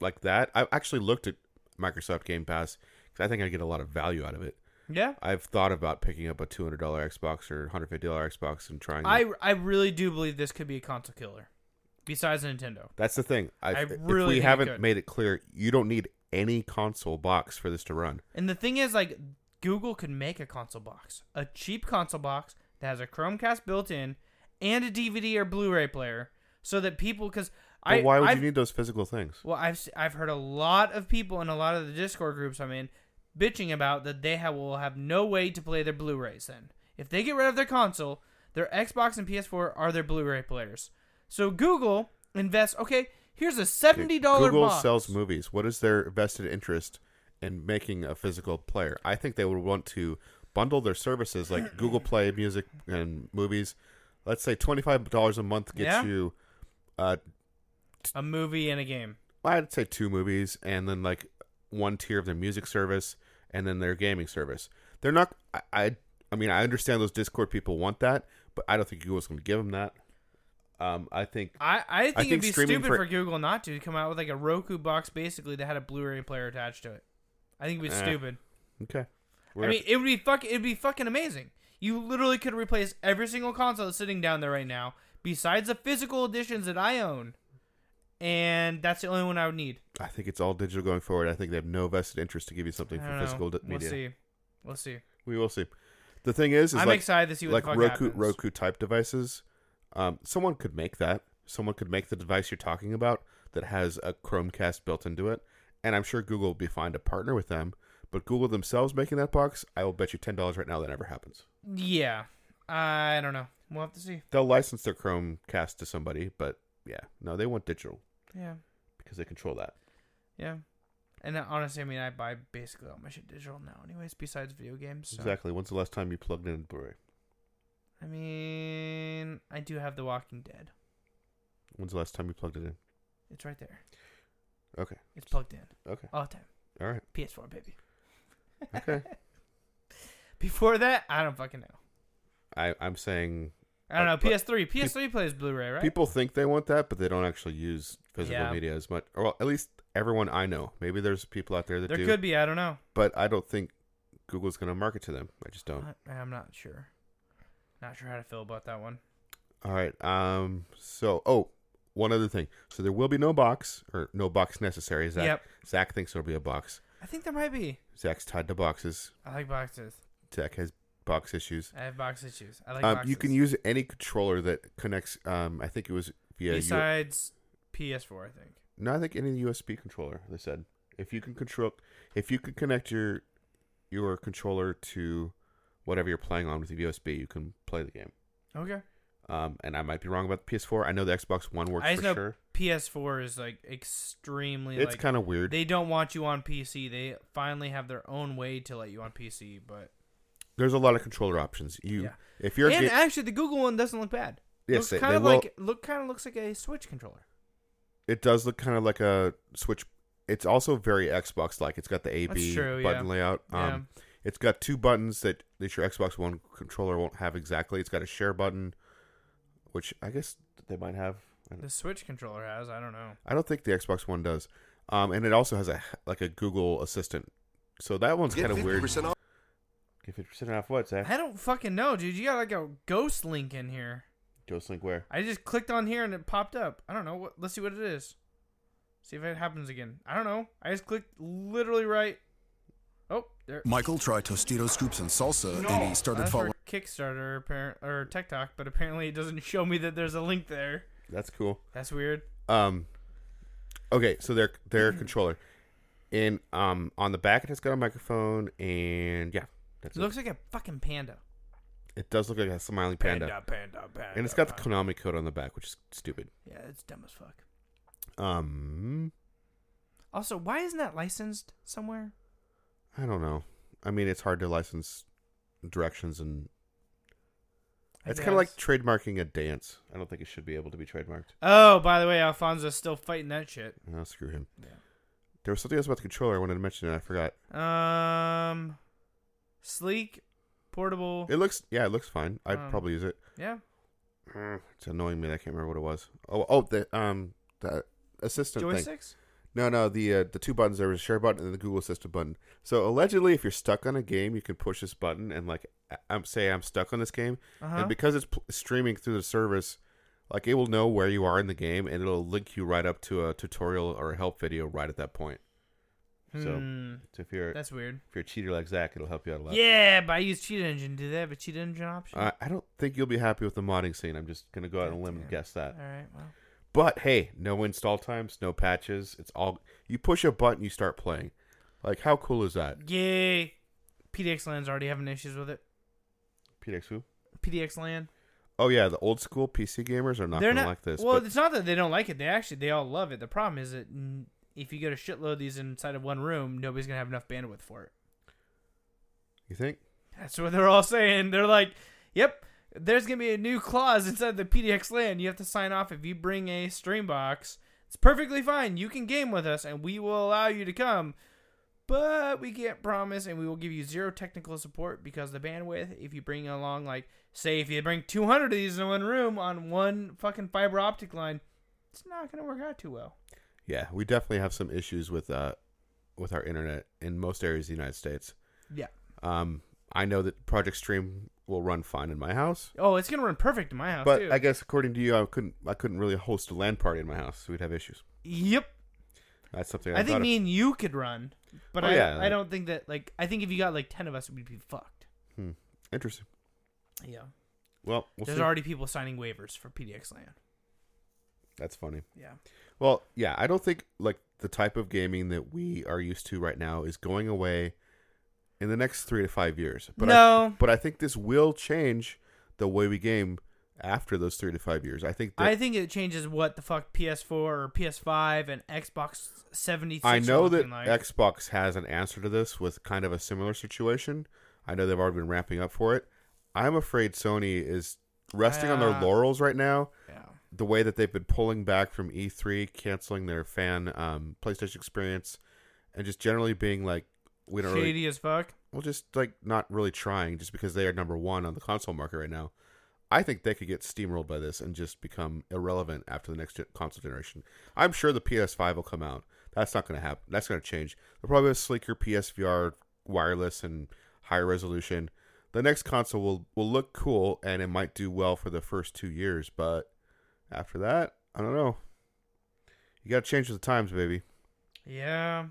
D: like that, I've actually looked at Microsoft Game Pass because I think I get a lot of value out of it.
C: yeah,
D: I've thought about picking up a two hundred dollar Xbox or hundred fifty dollar Xbox and trying. it.
C: I I really do believe this could be a console killer. Besides Nintendo,
D: That's the thing. i
C: I
D: if
C: really
D: we
C: think it
D: haven't
C: could.
D: made it clear, you don't need any console box for this to run.
C: and the thing is, like, Google could make a console box, a cheap console box that has a Chromecast built in and a DVD or Blu-ray player, so that people because
D: But
C: I
D: why would
C: I've-
D: you need those physical things?
C: well, I've s- I've heard a lot of people in a lot of the Discord groups I'm in bitching about that they have, will have no way to play their Blu-rays. Then, if they get rid of their console, their Xbox and PS4 are their Blu-ray players. So Google invests. Okay, here's a seventy dollar
D: Google
C: box.
D: sells movies. What is their vested interest in making a physical player? I think they would want to bundle their services
C: <clears throat>
D: like Google Play Music and movies. Let's say twenty five dollars a month gets
C: Yeah.
D: you, uh,
C: a movie and a game.
D: I'd say two movies, and then like one tier of their music service, and then their gaming service. They're not. I. I, I mean, I understand those Discord people want that, but I don't think Google's going to give them that. Um, I think
C: I, I think,
D: think
C: it'd be
D: streaming
C: stupid
D: for-
C: for... Google not to come out with like a Roku box basically that had a Blu-ray player attached to it. I think it'd be
D: Eh.
C: stupid.
D: okay.
C: I mean, it would be fuck. It'd be fucking amazing. You literally could replace every single console that's sitting down there right now, besides the physical editions that I own, and that's the only one I would need.
D: I think it's all digital going forward. I think they have no vested interest to give you
C: I
D: something
C: don't
D: for
C: know.
D: physical d-
C: We'll
D: media.
C: see. We'll see.
D: We will see. The thing is, is
C: I'm
D: like,
C: excited to see what
D: like
C: the fuck
D: Roku
C: happens.
D: Roku type devices. Um, someone could make that. Someone could make the device you're talking about that has a Chromecast built into it, and I'm sure Google will be fine to partner with them. But Google themselves making that box, I will bet you ten dollars right now that never happens.
C: Yeah, I don't know. We'll have to see.
D: They'll license their Chromecast to somebody, but yeah, no, they want digital
C: Yeah,
D: because they control that.
C: yeah. And uh, honestly, I mean, I buy basically all my shit digital now, anyways. Besides video games, so.
D: Exactly. When's the last time you plugged in a Blu-ray?
C: I mean, I do have The Walking Dead.
D: When's the last time you plugged it in?
C: It's right there.
D: Okay.
C: It's plugged in
D: Okay.
C: all the time.
D: All right.
C: PS4, baby.
D: Okay.
C: <laughs> Before that, I don't fucking know.
D: I, I'm saying
C: I don't
D: Uh,
C: know.
D: but-
C: PS3. PS3 plays Blu-ray, right?
D: People think they want that, but they don't actually use physical
C: Yeah.
D: media as much. Or well, at least everyone I know. Maybe there's people out there that
C: there
D: do,
C: could be. I don't know.
D: but I don't think Google's going to market to them. I just don't.
C: I, I'm not sure. Not sure how to feel about that one.
D: All right. Um. So, oh, one other thing. So there will be no box or no box necessary. Zach.
C: Yep.
D: Zach thinks there'll be a box.
C: I think there might be.
D: Zach's tied to boxes.
C: I like boxes.
D: Zach has box issues.
C: I have box issues. I like
D: um,
C: boxes.
D: you can use any controller that connects. Um, I think it was via. U-
C: besides PS4. I think.
D: No, I think any USB controller. They said if you can control, if you can connect your your controller to whatever you're playing on with the USB, you can play the game.
C: Okay.
D: Um, and I might be wrong about the PS4. I know the Xbox One works
C: I just
D: for
C: know
D: sure.
C: PS4 is like extremely.
D: It's
C: like,
D: kind of weird.
C: They don't want you on PC. They finally have their own way to let you on PC, but
D: There's a lot of controller options. You,
C: Yeah.
D: if you're
C: and
D: ga-
C: actually the Google one doesn't look bad.
D: Yes,
C: looks
D: they-
C: kind
D: they
C: of
D: will-
C: like look kind of looks like a Switch controller.
D: it does look kind of like a Switch. It's also very Xbox like. It's got the
C: That's
D: AB
C: true,
D: button
C: yeah.
D: layout. Um, It's got two buttons that, that your Xbox One controller won't have exactly. It's got a share button, which I guess they might have. I don't
C: The Switch controller has. I don't know.
D: I don't think the Xbox One does. Um, and it also has a like a Google Assistant. So that one's kind of weird.
B: off.
D: Get fifty percent off what, Zach?
C: I don't fucking know, dude. You got like a ghost link in here.
D: Ghost Link where?
C: I just clicked on here and it popped up. I don't know. What, let's see what it is. See if it happens again. I don't know. I just clicked literally right. Oh, there.
F: Michael tried Tostito scoops and salsa, and he started
C: That's
F: following
C: for Kickstarter apparent or TikTok, but apparently it doesn't <laughs> show me that there's a link there.
D: That's cool.
C: That's weird.
D: Um, okay, so their
C: <clears throat>
D: their controller, and um on the back it has got a microphone, and yeah, that's
C: It
D: it.
C: looks like a fucking panda.
D: It does look like a smiling panda.
C: panda, panda.
D: and it's got the Konami code on the back, which is stupid.
C: yeah, it's dumb as fuck.
D: Um,
C: Also, why isn't that licensed somewhere?
D: I don't know. I mean, it's hard to license directions and
C: I
D: It's kind of like
C: guess.
D: trademarking a dance. I don't think it should be able to be trademarked.
C: Oh, by the way, Alfonso's still fighting that shit.
D: No, screw him. There was something else about the controller I wanted to mention and I forgot.
C: Um, sleek, portable.
D: It looks, yeah, it looks fine. I'd
C: Oh. Um,
D: probably use it.
C: Yeah,
D: Mm, It's annoying me. that I can't remember what it was. Oh, oh, the um, the assistant thing.
C: joysticks.
D: No, no, the uh, the two buttons. There was a share button and the Google Assistant button. So allegedly, if you're stuck on a game, you can push this button and like I- I'm say I'm stuck on this game,
C: Uh-huh.
D: and because it's pl- streaming through the service, like it will know where you are in the game and it'll link you right up to a tutorial or a help video right at that point. So er, if you're
C: Hmm. That's weird.
D: if you're a cheater like Zach, it'll help you out a lot.
C: Yeah, but I use cheat engine. Do they have a cheat engine option?
D: I, I don't think you'll be happy with the modding scene. I'm just gonna go out on a limb and guess that.
C: All right. Well,
D: But hey, no install times, no patches. It's all you push a button, you start playing. Like how cool is that?
C: yay! PDX Land's already having issues with it.
D: PDX who?
C: PDX Land.
D: Oh yeah, the old school PC gamers are not
C: They're
D: gonna
C: not
D: like this.
C: Well,
D: but
C: it's not that they don't like it. They actually they all love it. The problem is that mm, if you go to shitload these inside of one room, nobody's gonna have enough bandwidth for it.
D: you think?
C: That's what they're all saying. They're like, "Yep, there's gonna be a new clause inside the PDX land. You have to sign off if you bring a stream box. It's perfectly fine. You can game with us, and we will allow you to come." But we can't promise, and we will give you zero technical support because the bandwidth. If you bring along, like, say, if you bring 200 of these in one room on one fucking fiber optic line, it's not gonna work out too well.
D: Yeah, we definitely have some issues with uh with our internet in most areas of the United States.
C: Yeah.
D: Um, I know that Project Stream will run fine in my house,
C: Oh, it's gonna run perfect in my house
D: but
C: too.
D: I guess according to you, I couldn't I couldn't really host a LAN party in my house. we'd have issues.
C: yep.
D: That's something I,
C: I think
D: thought
C: me and you could run, but
D: Oh,
C: I,
D: yeah,
C: I
D: like-
C: don't think that like I think if you got like ten of us, we'd be fucked.
D: of. Hmm. Interesting.
C: Yeah,
D: Well, we'll
C: there's
D: see.
C: already people signing waivers for PDX land.
D: That's funny.
C: Yeah,
D: Well, yeah, I don't think like the type of gaming that we are used to right now is going away in the next three to five years. But I,
C: No.
D: but I think this will change the way we game after those three to five years. I think. That,
C: I think it changes what the fuck PS4 or PS5 and Xbox 76.
D: I know
C: are
D: that
C: looking like.
D: Xbox has an answer to this with kind of a similar situation. I know they've already been ramping up for it. I'm afraid Sony is resting on their
C: Ah.
D: laurels right now.
C: Yeah.
D: The way that they've been pulling back from E3, canceling their fan um, PlayStation experience, and just generally being like, we don't
C: shady
D: really,
C: as fuck.
D: well, just like not really trying, just because they are number one on the console market right now. I think they could get steamrolled by this and just become irrelevant after the next gen- console generation. I'm sure the PS5 will come out. That's not going to happen. That's going to change. They'll probably have sleeker PSVR, wireless, and higher resolution. The next console will will look cool and it might do well for the first two years, but after that, I don't know. You got to change with the times, baby.
C: Yeah,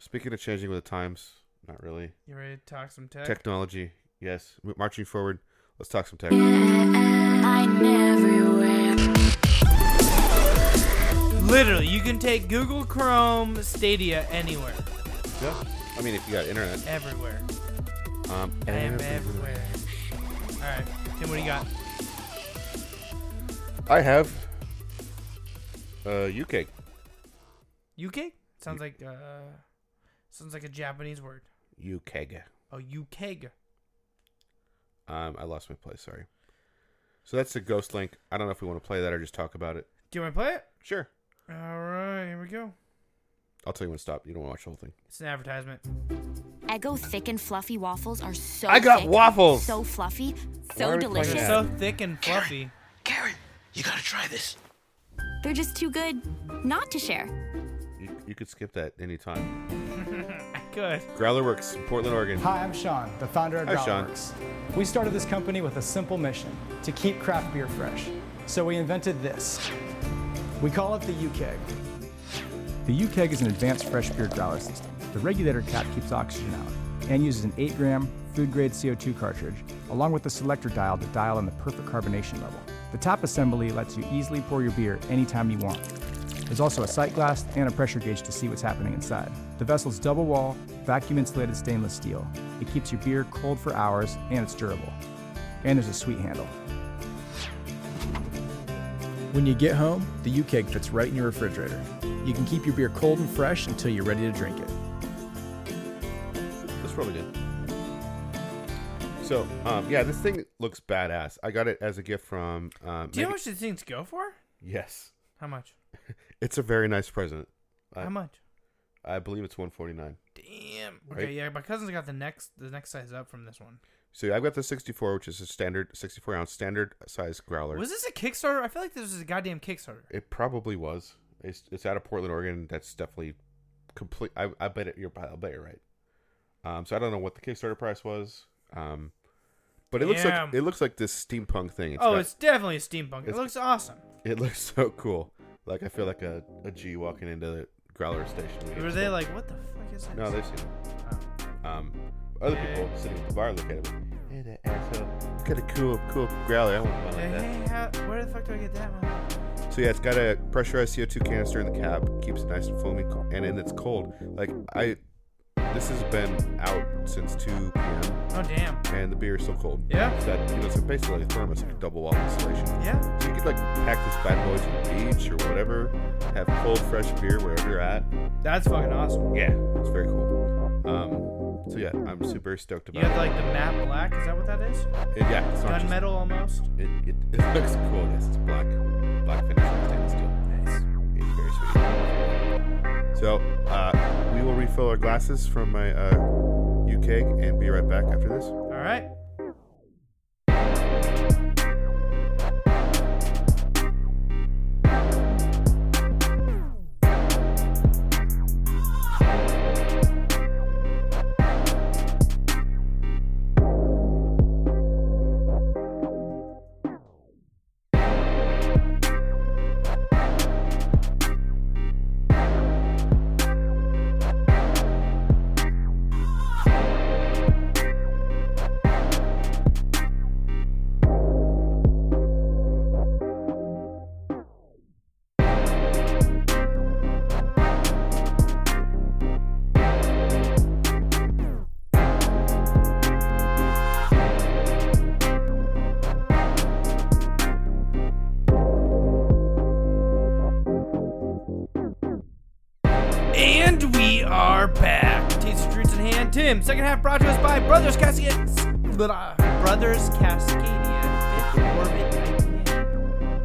D: Speaking of changing with the times, not really
C: you ready to talk some tech?
D: technology. Yes, M- marching forward. Let's talk some tech.
C: Literally, you can take Google Chrome Stadia anywhere,
D: Yeah. I mean, if you got internet,
C: everywhere.
D: um,
C: I am everywhere. All right, Tim, what do you got?
D: I have uh, UK.
C: UK sounds like uh, sounds like a Japanese word.
D: UK.
C: Oh, UK.
D: Um, I lost my place. Sorry. So that's the Ghost Link. I don't know if we want to play that or just talk about it.
C: Do you want to play it?
D: Sure.
C: All right, here we go.
D: I'll tell you when to stop. You don't want to watch the whole thing.
C: It's an advertisement.
G: Eggo thick and fluffy waffles are so
D: I got
G: thick,
D: waffles!
G: So fluffy,
D: Why are
G: so
D: we playing
G: delicious.
D: that?
C: So thick and fluffy.
B: Karen, you gotta try this.
G: They're just too good not to share.
D: You, you could skip that anytime.
C: Good.
D: Growlerworks in Portland, Oregon.
H: Hi, I'm Sean, the founder of
D: Hi, Sean.
H: Growlworks. We started this company with a simple mission to keep craft beer fresh. So we invented this. We call it the UKEG. The UKEG is an advanced fresh beer growler system. The regulator cap keeps oxygen out and uses an 8 gram food grade CO2 cartridge, along with the selector dial to dial in the perfect carbonation level. The top assembly lets you easily pour your beer anytime you want. There's also a sight glass and a pressure gauge to see what's happening inside. The vessel's double wall, vacuum insulated stainless steel. It keeps your beer cold for hours and it's durable. And there's a sweet handle. When you get home, the U keg fits right in your refrigerator. You can keep your beer cold and fresh until you're ready to drink it.
D: That's probably good. So, um, yeah, this thing looks badass. I got it as a gift from. Um,
C: Do you know how
D: Megan-
C: much these things go for?
D: yes,
C: How much?
D: it's a very nice present. I-
C: How much?
D: I believe it's 149.
C: Damn. Okay,
D: Right?
C: yeah, my cousin's got the next the next size up from this one.
D: So I've got the 64, which is a standard 64 ounce standard size growler.
C: Was this a Kickstarter? I feel like this was a goddamn Kickstarter.
D: It probably was. It's, it's out of Portland, Oregon. That's definitely complete. I, I bet it. You're. I bet you're right. Um. So I don't know what the Kickstarter price was. Um. But it looks
C: Damn.
D: like it looks like this steampunk thing.
C: oh,
D: got-
C: it's definitely a steampunk. It
D: it's- <laughs>
C: looks awesome.
D: it looks so cool. Like I feel like a, a G walking into the growler station. We
C: Were
D: didn't
C: they
D: smoke.
C: like, what the fuck is this?
D: No, they've seen it.
C: Oh.
D: Um, other people sitting at the bar look at him. Hey, that asshole. It's got a cool, cool growler. I want one
C: Hey,
D: like that.
C: hey, how, where the fuck do I get that one?
D: So yeah, it's got a pressurized CO2 canister in the cab, keeps it nice and foaming, co- and and it's cold. Like I, this has been out since 2 p.m.
C: Oh damn.
D: and the beer is so cold.
C: Yeah.
D: It's that you know, it's basically like a thermos, like a double wall installation.
C: Yeah.
D: So you could like pack this bad boy to the beach or whatever, have cold fresh beer wherever you're at.
C: That's fucking awesome.
D: Yeah, it's very cool. Um, so yeah, I'm super stoked
C: You
D: about
C: have
D: it.
C: like the matte black. Is that what that is?
D: It- yeah, it's not just-
C: Gunmetal almost.
D: It, it, it looks cool. Yes, it's black, black finish on stainless steel. Nice. It's very sweet. So uh, we will refill our glasses from my uh, UK and be right back after this.
C: All right. And we are back. Taste of Truths in Hand. Tim, second half brought to us by Brothers Cascade. blah, Brothers Cascadia. Fifth Orbit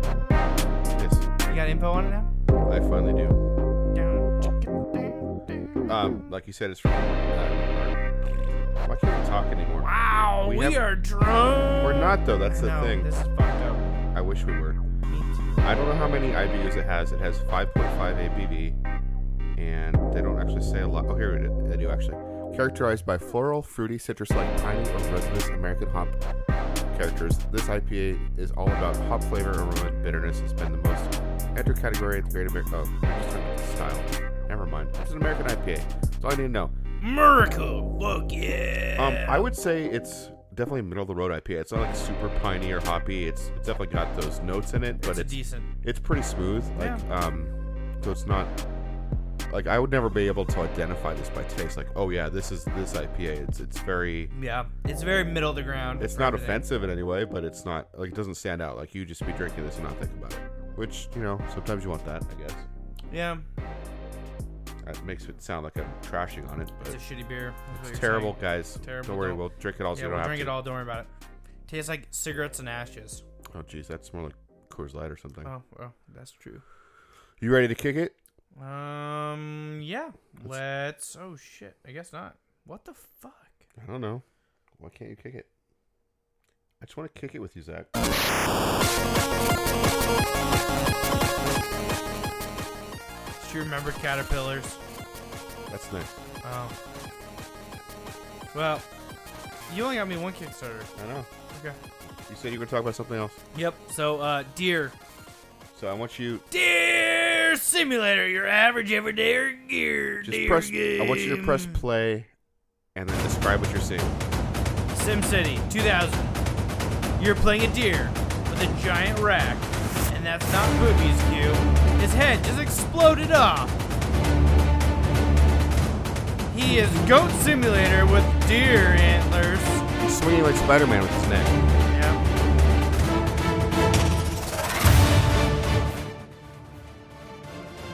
C: IPA.
D: Yes,
C: You got info on it now?
D: I finally do. Um, like you said, it's from. Uh, our- why can't we talk anymore?
C: Wow, we,
D: We have-
C: are drunk.
D: We're not though. That's the
C: No,
D: thing.
C: This is fucked up.
D: I wish we were.
C: Me too.
D: I don't know how many IBUs it has. It has 5.5 ABV, and they don't actually say a lot. Oh, here it is. They do actually. Characterized by floral, fruity, citrus-like, piney, or resinous American hop characters, this IPA is all about hop flavor, aroma, and bitterness. It's been the most enter category at the Great American oh, I just talking about the style. Never mind. It's an American IPA. That's all I need to know.
C: Miracle. Fuck yeah.
D: Um, I would say it's definitely middle of the road IPA. It's not like super piney or hoppy. It's it's definitely got those notes in it, but
C: it's,
D: it's
C: decent.
D: it's pretty smooth. Like, um, so it's not like I would never be able to identify this by taste. Like, oh yeah, this is this IPA. It's it's very.
C: Yeah, it's very middle of the ground.
D: It's
C: for
D: not
C: everything.
D: offensive in any way, but it's not like it doesn't stand out. Like you just be drinking this and not think about it, which you know sometimes you want that. I guess
C: Yeah,
D: that makes it sound like I'm trashing on it,
C: it's
D: but
C: a shitty beer. That's what
D: it's
C: you're
D: terrible,
C: saying.
D: guys.
C: Terrible,
D: don't worry,
C: don't-
D: we'll drink it all. so
C: yeah,
D: you
C: we'll
D: don't have
C: drink it
D: to.
C: all. Don't worry about it. Tastes like cigarettes and ashes.
D: Oh geez, that's more like Coors Light or something.
C: Oh, well, that's true.
D: You ready to kick it?
C: Um, yeah. Let's. Oh shit. I guess not. What the fuck?
D: I don't know. Why can't you kick it? I just want to kick it with you, Zach.
C: Do you remember caterpillars?
D: That's nice.
C: Oh. Well, you only got me one Kickstarter.
D: I know.
C: Okay.
D: You said you were going to talk about something else.
C: Yep. So, uh, deer.
D: So I want you
C: Deer simulator. Your average everyday gear.
D: just
C: deer
D: press. I want you to
C: game.
D: press play, and then describe what you're seeing.
C: SimCity 2000. You're playing a deer with a giant rack, and that's not movies, Q. His head just exploded off. He is Goat Simulator with deer antlers.
D: He's swinging like Spider-Man with his neck.
C: Yeah.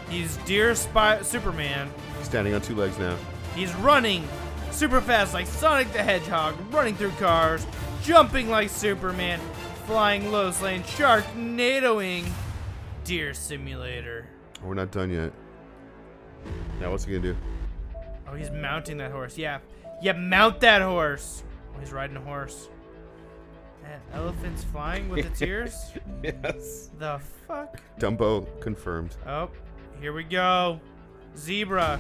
C: He's Deer Spy- Superman.
D: Standing on two legs now.
C: He's running super fast like Sonic the Hedgehog, running through cars, jumping like Superman, flying low, slaying shark, NATOing Deer Simulator.
D: We're not done yet. Now what's he gonna do?
C: Oh, he's mounting that horse. Yeah. Yeah, mount that horse. Oh, he's riding a horse. That elephant's flying with its ears?
D: yes.
C: The fuck?
D: Dumbo confirmed.
C: Oh, here we go. Zebra.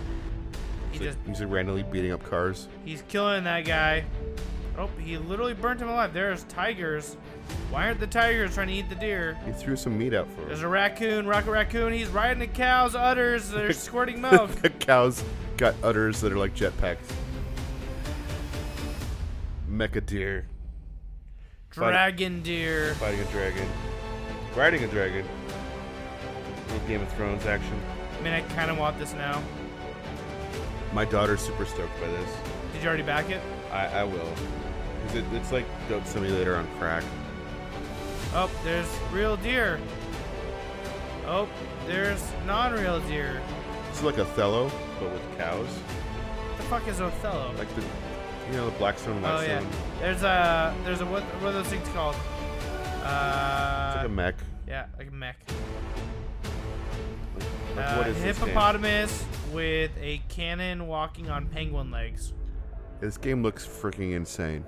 C: He just
D: He's randomly beating up cars.
C: He's killing that guy. Oh, he literally burnt him alive. There's tigers. Why aren't the tigers trying to eat the deer?
D: He threw some meat out for
C: There's
D: him.
C: a raccoon, rocket raccoon. He's riding the cow's udders.
D: <laughs>
C: They're squirting milk.
D: the cows got udders that are like jetpacks. Mecha deer
C: Dragon deer.
D: fighting a dragon, riding a dragon. Little Game of Thrones action.
C: I mean, I kind of want this now.
D: My daughter's super stoked by this.
C: Did you already back it?
D: I, I will. 'Cause It, it's like Goat Simulator on crack.
C: Oh, there's real deer. Oh, there's non-real deer.
D: It's like Othello, but with cows.
C: What the fuck is Othello?
D: Like the, you know, the Blackstone
C: oh
D: Whitestone.
C: yeah, there's a there's a what what are those things called? Uh,
D: It's like a mech.
C: yeah, like a mech.
D: Like, like,
C: Uh,
D: what is this game?
C: hippopotamus with a cannon walking on penguin legs.
D: This game looks freaking insane.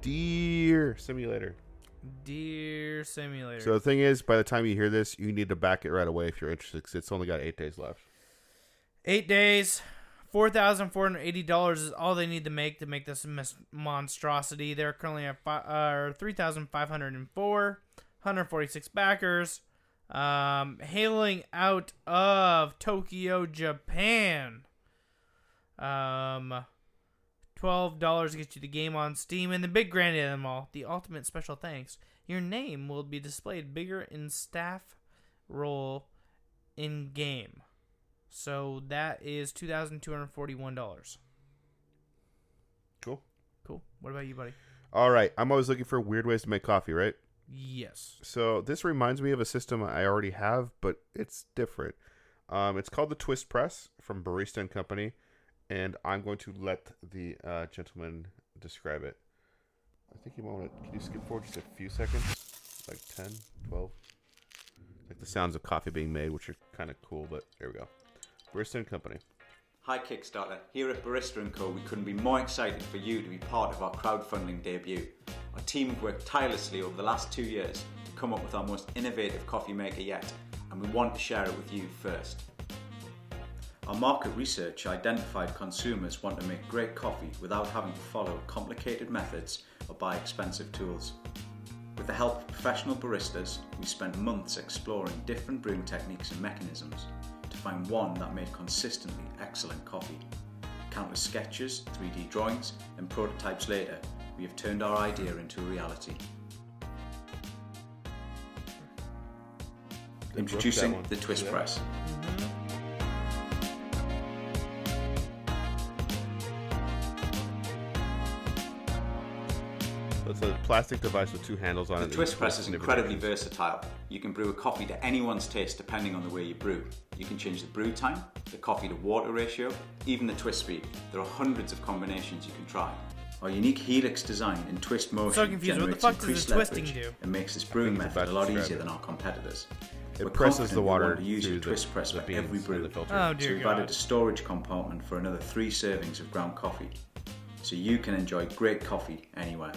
D: Deer Simulator.
C: Deer simulator.
D: So the thing is, by the time you hear this, you need to back it right away if you're interested, because it's only got eight days left.
C: Eight days, four thousand four hundred eighty dollars is all they need to make to make this mis- monstrosity. They're currently at fi- uh, three thousand five hundred and four, hundred forty-six backers, um, hailing out of Tokyo, Japan. Um, twelve dollars gets you the game on Steam, and the big grand of them all, the ultimate special thanks. Your name will be displayed bigger in staff role in game. So that is two thousand two hundred forty-one dollars.
D: Cool.
C: Cool. What about you, buddy?
D: All right. I'm always looking for weird ways to make coffee, right?
C: Yes.
D: So this reminds me of a system I already have, but it's different. Um, it's called the Twist Press from Barista and Company, and I'm going to let the uh, gentleman describe it. I think you want to. Can you skip forward just a few seconds? Like 10, 12? Like the sounds of coffee being made, which are kind of cool, but there we go. Barista and Company.
I: Hi Kickstarter, here at Barista & Co we couldn't be more excited for you to be part of our crowdfunding debut. Our team have worked tirelessly over the last two years to come up with our most innovative coffee maker yet and we want to share it with you first. Our market research identified consumers want to make great coffee without having to follow complicated methods or buy expensive tools. With the help of professional baristas, we spent months exploring different brewing techniques and mechanisms to find one that made consistently excellent coffee. Countless sketches, 3D drawings, and prototypes later, we have turned our idea into a reality. Introducing
D: one.
I: the Twist
D: Yeah.
I: Press.
D: So it's a plastic device with two handles on it.
I: The
D: that you
I: twist press
D: twist
I: is
D: in different
I: incredibly
D: directions.
I: versatile. You can brew a coffee to anyone's taste depending on the way you brew. You can change the brew time, the coffee to water ratio, even the twist speed. There are hundreds of combinations you can try. Our unique helix design and twist motion
C: confused. What the
I: generates
C: fuck does the
I: increased
C: twisting
I: leverage
C: do?
I: and makes this brewing
D: it's about
I: method a lot
D: to describe
I: easier
D: it.
I: than our competitors.
D: It
I: We're
D: presses
I: confident
D: the
I: we want
D: water
I: to use
D: through
I: your
D: the-
I: twist press
D: the
I: for
D: beans
I: every
D: and
I: brew.
D: the filter.
C: Oh
I: So
C: dear
I: we've added
C: God.
I: a storage compartment for another three servings of ground coffee, so you can enjoy great coffee anywhere.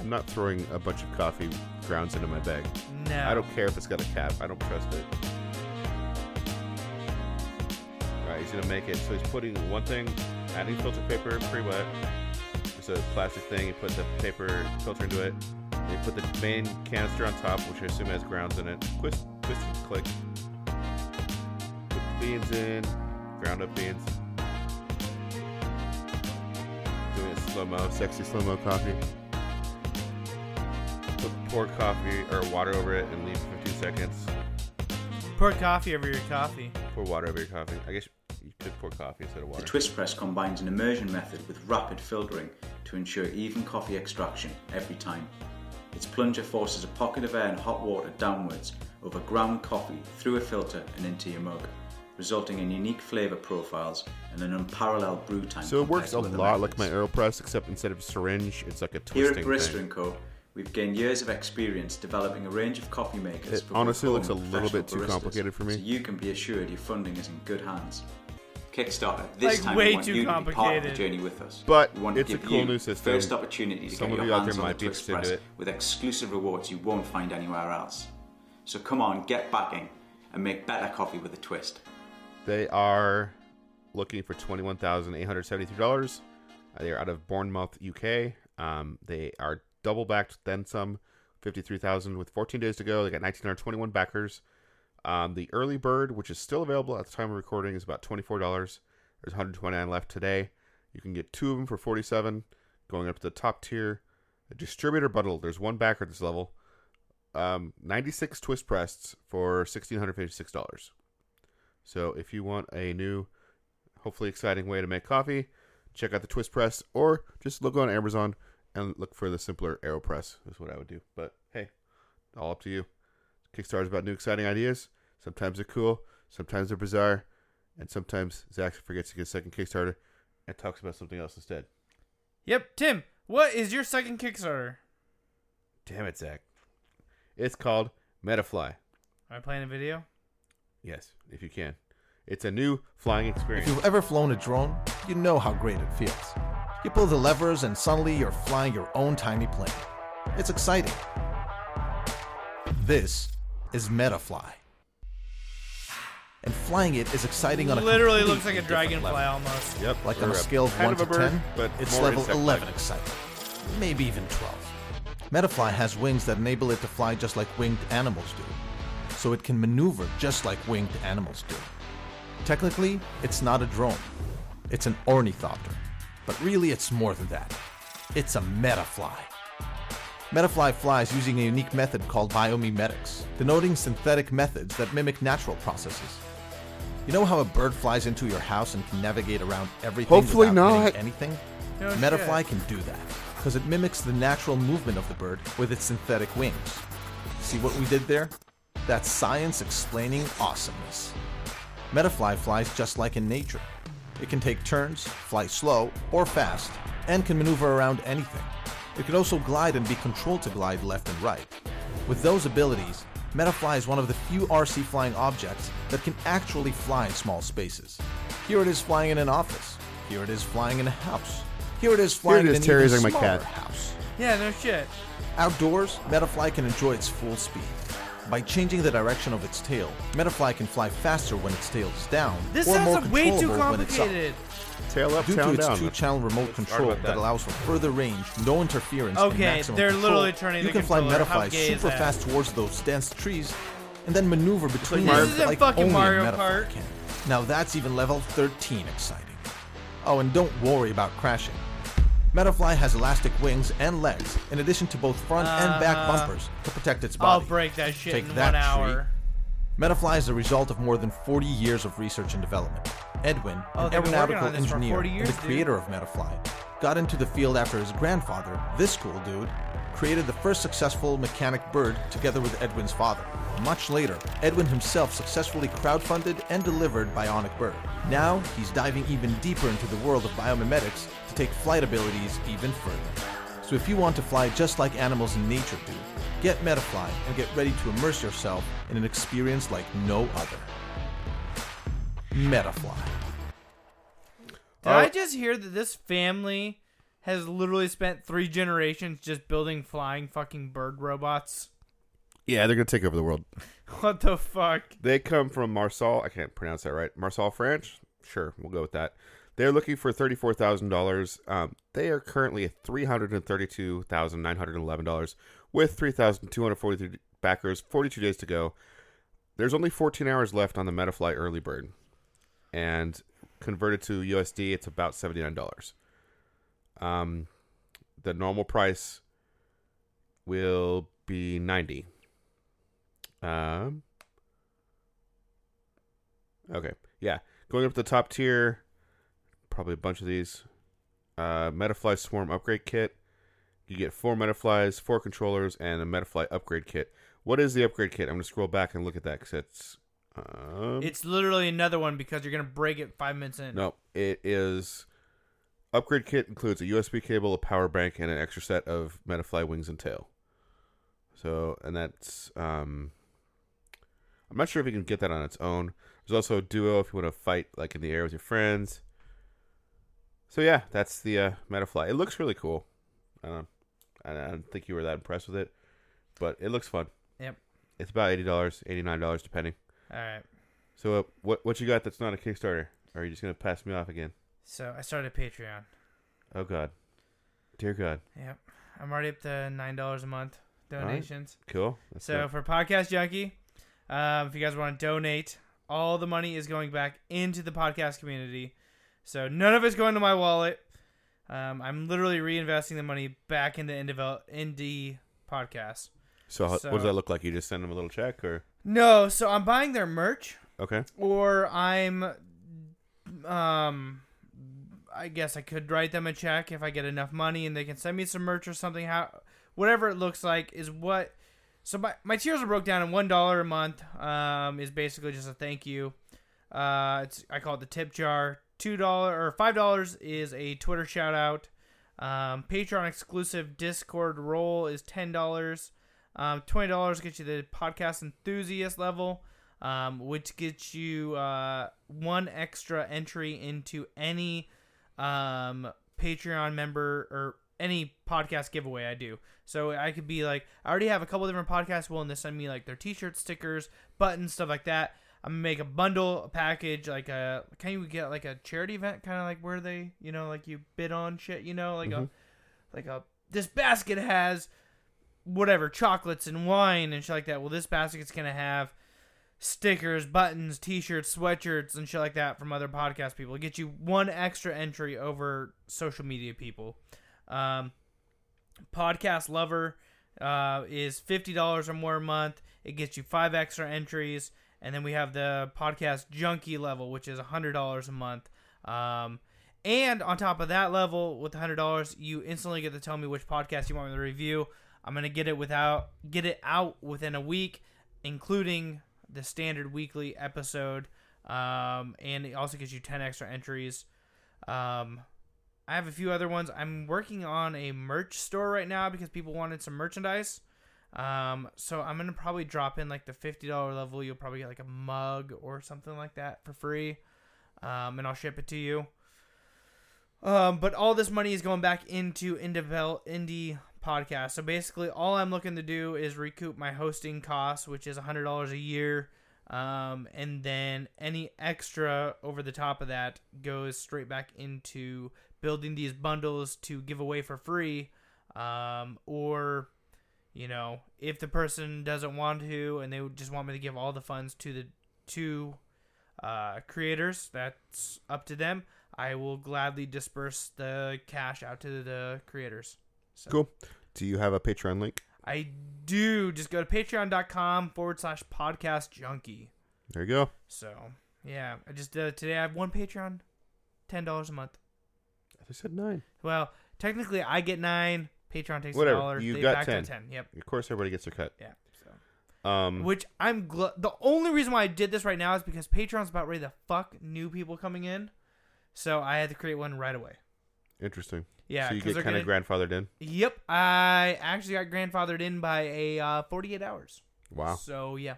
D: I'm not throwing a bunch of coffee grounds into my bag.
C: No.
D: I don't care if it's got a cap. I don't trust it. All right, he's gonna make it. So he's putting one thing, adding filter paper, pre-wet. It's a plastic thing. You put the paper filter into it. They put the main canister on top, which I assume has grounds in it. Twist, twist, and click. Put the beans in. Ground up beans. Doing it slow mo, sexy slow mo coffee. Put, pour coffee or water over it and leave for 15 seconds.
C: Pour coffee over your coffee.
D: Pour water over your coffee. I guess you could pour coffee instead of water.
I: The twist press combines an immersion method with rapid filtering to ensure even coffee extraction every time. Its plunger forces a pocket of air and hot water downwards over ground coffee through a filter and into your mug, resulting in unique flavour profiles and an unparalleled brew time.
D: So it
I: compared
D: works
I: to
D: a
I: other
D: lot like
I: methods.
D: my AeroPress, except instead of syringe, it's like a
I: Here at
D: twisting
I: Barista
D: thing.
I: & Co, we've gained years of experience developing a range of coffee makers.
D: It
I: for
D: honestly looks
I: both
D: a
I: home and
D: little bit
I: professional
D: too
I: baristas,
D: complicated for me.
I: So you can be assured your funding is in good hands. Kickstarter. This
C: Like,
I: time
C: way
I: we want
C: too
I: you to be part of the
C: complicated.
I: journey with us.
D: But
I: we want to
D: it's a
I: give
D: cool
I: you
D: new
I: the
D: system.
I: First opportunity to
D: Some
I: get
D: of
I: your
D: you out
I: hands
D: there
I: on
D: might
I: the
D: be
I: Twist
D: interested
I: Press
D: in it.
I: with exclusive rewards you won't find anywhere else. So come on, get backing and make better coffee with a twist.
D: They are looking for $21,873. Uh, They are out of Bournemouth, UK. Um, they are double backed, then some, 53000 with 14 days to go. They got 1,921 backers. Um, the early bird, which is still available at the time of recording, is about $24. There's 129 left today. You can get two of them for 47 going up to the top tier. A distributor bundle, there's one backer at this level. Um, 96 twist pressed for $1,656. So if you want a new, hopefully exciting way to make coffee, check out the twist press or just look on Amazon and look for the simpler AeroPress is what I would do. But hey, all up to you. Kickstarter is about new exciting ideas. Sometimes they're cool, sometimes they're bizarre, and sometimes Zach forgets to get a second Kickstarter and talks about something else instead.
C: Yep, Tim. What is your second Kickstarter?
D: Damn it, Zach. It's called Metafly.
C: Am I playing a video?
D: Yes, if you can. It's a new flying
B: If
D: experience.
B: you've ever flown a drone, you know how great it feels. You pull the levers, and suddenly you're flying your own tiny plane. It's exciting. This is Metafly. And flying it is exciting on a
C: Literally
B: completely
C: looks like a
B: different
C: dragonfly
B: level.
C: almost.
D: Yep.
B: Like
D: or
B: on a scale of
D: kind
B: 1
D: a
B: to
D: bird,
B: 10,
D: but
B: it's
D: more
B: level
D: insect-like.
B: 11 excitement, maybe even 12. Metafly has wings that enable it to fly just like winged animals do, so it can maneuver just like winged animals do. Technically, it's not a drone, it's an ornithopter, but really it's more than that. It's a metafly. Metafly flies using a unique method called biomimetics, denoting synthetic methods that mimic natural processes. You know how a bird flies into your house and can navigate around everything
D: Hopefully
B: without hitting
D: not.
B: anything?
C: No
B: Metafly
C: shit.
B: can do that because it mimics the natural movement of the bird with its synthetic wings. See what we did there? That's science explaining awesomeness. Metafly flies just like in nature. It can take turns, fly slow or fast, and can maneuver around anything. It can also glide and be controlled to glide left and right. With those abilities, Metafly is one of the few RC flying objects that can actually fly in small spaces. Here it is flying in an office. Here it is flying in a house. Here it is flying
D: it is
B: in an even
D: terrorizing my
B: smaller
D: cat.
B: house.
C: Yeah, no shit.
B: Outdoors, Metafly can enjoy its full speed. By changing the direction of its tail, Metafly can fly faster when its tail is down,
C: This
B: or more
C: sounds way too
B: controllable when it's up.
C: complicated.
D: Tail up,
B: Due
D: tail
B: to its
D: down.
B: two-channel remote control
D: about
B: that.
D: that.
B: allows for further range, no interference, and
C: Okay,
B: maximum
C: they're
B: control,
C: literally turning
B: you
C: the
B: can fly
C: controller. How
B: Metafly
C: gay is
B: super
C: that?
B: fast towards those dense trees, and then maneuver between
D: Mario-
B: them
D: This
C: isn't
B: like
C: fucking
B: only a
C: Mario
B: Metafly
C: Kart.
B: can. Now that's even level 13 exciting. Oh, and don't worry about crashing. Metafly has elastic wings and legs, in addition to both front and back bumpers to protect its
C: Uh, I'll
B: body.
C: break that shit
B: Take
C: in
B: that,
C: one hour.
B: tree. Metafly is the result of more than 40 years of research and development. Edwin,
C: Oh,
B: an
C: they've been working on
B: aeronautical
C: this for
B: engineer
C: 40 years,
B: and the
C: dude.
B: creator of Metafly, got into the field after his grandfather, this cool dude, created the first successful mechanic bird together with Edwin's father. Much later, Edwin himself successfully crowdfunded and delivered Bionic Bird. Now, he's diving even deeper into the world of biomimetics to take flight abilities even further. So if you want to fly just like animals in nature do, get Metafly and get ready to immerse yourself in an experience like no other. Metafly.
C: Did
D: Oh.
C: I just hear that this family has literally spent three generations just building flying fucking bird robots? <laughs>
D: Yeah, they're gonna take over the world.
C: What the fuck?
D: They come from Marsal. I can't pronounce that right. Marsal, French. Sure, we'll go with that. They're looking for thirty-four thousand dollars. um, They are currently at three hundred and thirty-two thousand nine hundred eleven dollars, with three thousand two hundred forty-three backers. Forty-two days to go. There's only fourteen hours left on the Metafly early bird, and converted to USD, it's about seventy-nine dollars. Um, the normal price will be ninety. Um. Okay. Yeah. Going up to the top tier, probably a bunch of these. Uh, Metafly Swarm Upgrade Kit. You get four Metaflies, four controllers, and a Metafly Upgrade Kit. What is the upgrade kit? I'm going to scroll back and look at that because it's. Um,
C: It's literally another one because you're gonna break it five minutes in.
D: no, it is. Upgrade kit includes a USB cable, a power bank, and an extra set of Metafly wings and tail. So, and that's. Um, I'm not sure if you can get that on its own. There's also a duo if you want to fight like in the air with your friends. So yeah, that's the uh, Metafly. It looks really cool. I don't, I don't think you were that impressed with it, but it looks fun.
C: Yep.
D: It's about eighty dollars, eighty nine dollars depending.
C: All right.
D: So uh, what what you got that's not a Kickstarter? Or are you just gonna pass me off again?
C: So I started Patreon.
D: Oh God, dear God,
C: Yep. I'm already up to nine dollars a month donations.
D: cool. That's
C: So
D: not-
C: for podcast junkie, um, if you guys want to donate, all the money is going back into the podcast community. So none of it's going to my wallet. Um, I'm literally reinvesting the money back into indie, indie podcasts.
D: so, how- what
C: so-
D: does that look like? You just send them a little check, or
C: No, so I'm buying their merch,
D: okay,
C: or I'm, um, I guess I could write them a check if I get enough money, and they can send me some merch or something. How, whatever it looks like is what so my, my tiers are broke down in one dollar a month um, is basically just a thank you uh, it's, i call it the tip jar two dollar or five dollars is a twitter shout out um, patreon exclusive discord role is ten dollars um, twenty dollars gets you the podcast enthusiast level um, which gets you uh, one extra entry into any um, Patreon member or any podcast giveaway I do. So I could be like, I already have a couple different podcasts willing to send me like their T-shirts, stickers, buttons, stuff like that. I'm gonna make a bundle, a package, like a can you get like a charity event, kind of like where they, you know, like you bid on shit, you know, like a like a this basket has whatever chocolates and wine and shit like that. Well, this basket's gonna have stickers, buttons, t-shirts, sweatshirts, and shit like that from other podcast people. It gets you one extra entry over social media people. Um, podcast lover uh, is fifty dollars or more a month. It gets you five extra entries, and then we have the podcast junkie level, which is hundred dollars a month. Um, and on top of that level, with hundred dollars, you instantly get to tell me which podcast you want me to review. I'm gonna get it without get it out within a week, including the standard weekly episode. Um, and it also gives you ten extra entries. Um, I have a few other ones. I'm working on a merch store right now because people wanted some merchandise. Um, so I'm gonna probably drop in like the fifty dollar level. You'll probably get like a mug or something like that for free, um, and I'll ship it to you. Um, but all this money is going back into Indevel indie podcast. So basically, all I'm looking to do is recoup my hosting costs, which is hundred dollars a year, um, and then any extra over the top of that goes straight back into building these bundles to give away for free, um, or you know, if the person doesn't want to and they would just want me to give all the funds to the to uh, creators, that's up to them. I will gladly disperse the cash out to the creators. So
D: cool. Do you have a Patreon link?
C: I do. Just go to patreon.com forward slash podcast junkie.
D: There you go.
C: So, yeah, I just uh, today I have one Patreon, $10 a month.
D: I said nine.
C: Well, technically I get nine, Patreon takes
D: Whatever,
C: a dollar.
D: you
C: they
D: got
C: back
D: 10.
C: to 10. Yep.
D: Of course, everybody gets their cut.
C: Yeah. So.
D: Um,
C: Which I'm gl- the only reason why I did this right now is because Patreon's about ready to fuck new people coming in, so I had to create one right away.
D: interesting.
C: Yeah,
D: So you
C: 'cause
D: get
C: they're
D: kind of grandfathered in.
C: Yep, I actually got grandfathered in by a uh, 48 hours.
D: Wow.
C: So yeah,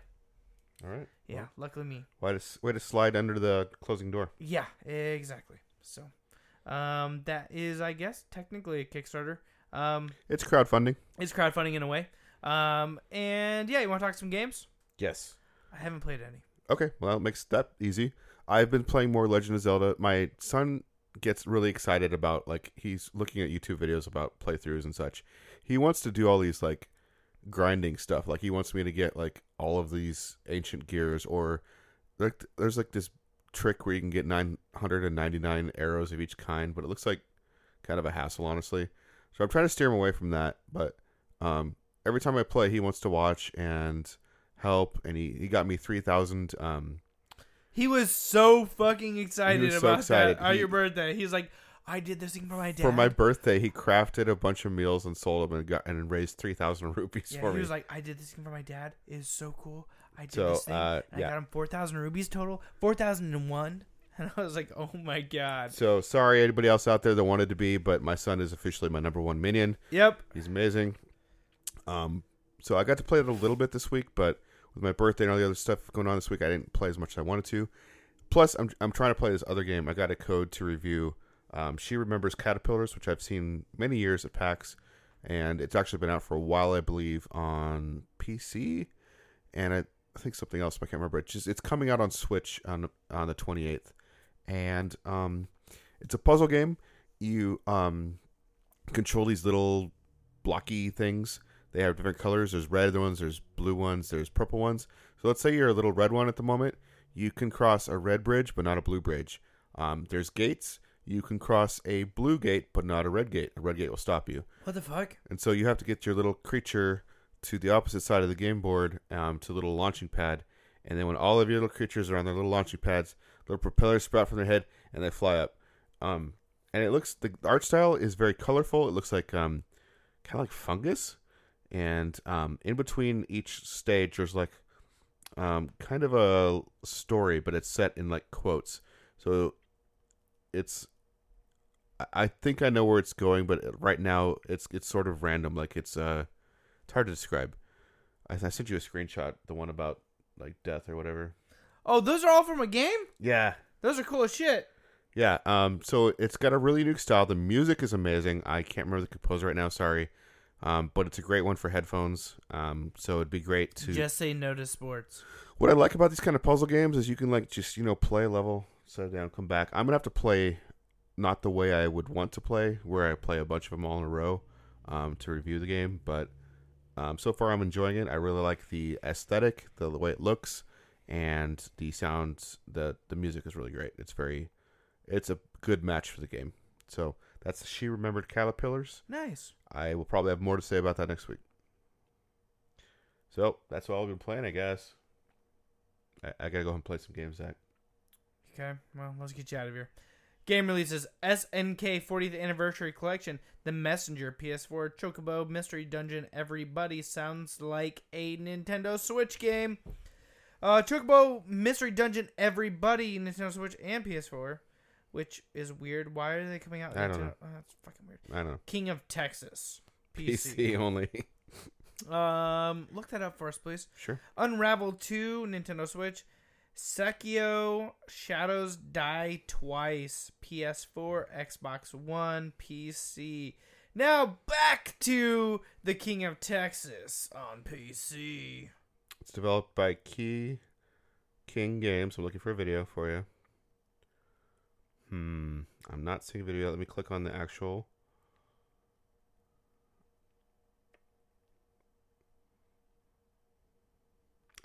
D: All right.
C: yeah, luckily me.
D: Way to s- way to slide under the closing door.
C: Yeah, exactly. So, um, that is I guess technically a Kickstarter. Um,
D: It's crowdfunding.
C: it's crowdfunding in a way. Um, and yeah, you want to talk some games?
D: Yes.
C: I haven't played any.
D: Okay, well, that makes that easy. I've been playing more Legend of Zelda. My son gets really excited about like he's looking at YouTube videos about playthroughs and such. He wants to do all these like grinding stuff. Like he wants me to get like all of these ancient gears or like there's like this trick where you can get 999 arrows of each kind, but it looks like kind of a hassle honestly. So I'm trying to steer him away from that, but um every time I play he wants to watch and help and he, he got me 3000 um
C: He was so fucking excited
D: He was so
C: about
D: excited.
C: that on
D: He-
C: your birthday. He's like, I did this thing for my dad.
D: for my birthday he crafted a bunch of meals and sold them and got and raised 3000 <laughs> rupees
C: yeah,
D: for
C: he
D: me
C: was like, I did this thing for my dad. It is so cool. I did
D: So,
C: this thing.
D: uh,
C: and
D: yeah.
C: I got him four thousand rubies total, four thousand and one. <laughs> And I was like, oh my god.
D: so sorry anybody else out there that wanted to be but my son is officially my number one minion
C: Yep.
D: he's amazing um so i got to play it a little bit this week but with my birthday and all the other stuff going on this week i didn't play as much as i wanted to plus i'm, I'm trying to play this other game i got a code to review um, she remembers caterpillars which i've seen many years at pax and it's actually been out for a while i believe on pc and I, I think something else. but I can't remember. It's just it's coming out on Switch on on the 28th, and um, it's a puzzle game. You um, control these little blocky things. They have different colors. There's red ones, there's blue ones, there's purple ones. So let's say you're a little red one at the moment. You can cross a red bridge, but not a blue bridge. Um, there's gates. You can cross a blue gate, but not a red gate. A red gate will stop you.
C: What the fuck?
D: And so you have to get your little creature to the opposite side of the game board um, to the little launching pad. And then when all of your little creatures are on their little launching pads, little propellers sprout from their head and they fly up. Um, and it looks, the art style is very colorful. It looks like um, kind of like fungus. And um, in between each stage, there's like um, kind of a story, but it's set in like quotes. So it's I- I think I know where it's going, but it- right now it's it's sort of random. Like it's uh, it's hard to describe. I, I sent you a screenshot, the one about like death or whatever.
C: Oh, those are all from a game?
D: Yeah,
C: Those are cool as shit.
D: yeah. Um, so it's got a really unique style. The music is amazing. I can't remember the composer right now. Sorry, um, but it's a great one for headphones. Um, so it'd be great to
C: Just say no to sports.
D: What I like about these kind of puzzle games is you can like just you know play level, set down, come back. I'm gonna have to play not the way I would want to play, where I play a bunch of them all in a row um, to review the game. But um, so far, I'm enjoying it. I really like the aesthetic, the, the way it looks, and the sounds. the The music is really great. It's very, it's a good match for the game. So that's she remembered caterpillars.
C: Nice.
D: I will probably have more to say about that next week. So that's all I've been playing, I guess. I, I gotta go and play some games, Zach.
C: Okay, well, let's get you out of here. Game releases SNK 40th Anniversary Collection, The Messenger, PS4, Chocobo, Mystery Dungeon, Everybody sounds like a Nintendo Switch game. Uh, Chocobo, Mystery Dungeon, Everybody, Nintendo Switch, and PS4, which is weird. Why are they coming out? with
D: I don't
C: Nintendo-
D: know.
C: Oh, that's fucking weird.
D: I don't know.
C: King of Texas,
D: PC, only.
C: PC. Um, look that up for us, please.
D: sure.
C: Unravel 2, Nintendo Switch. Sekio Shadows Die Twice, PS4, Xbox One, PC. Now back to The King of Texas on PC.
D: It's developed by Key King Games. I'm looking for a video for you. Hmm. I'm not seeing a video. Let me click on the actual.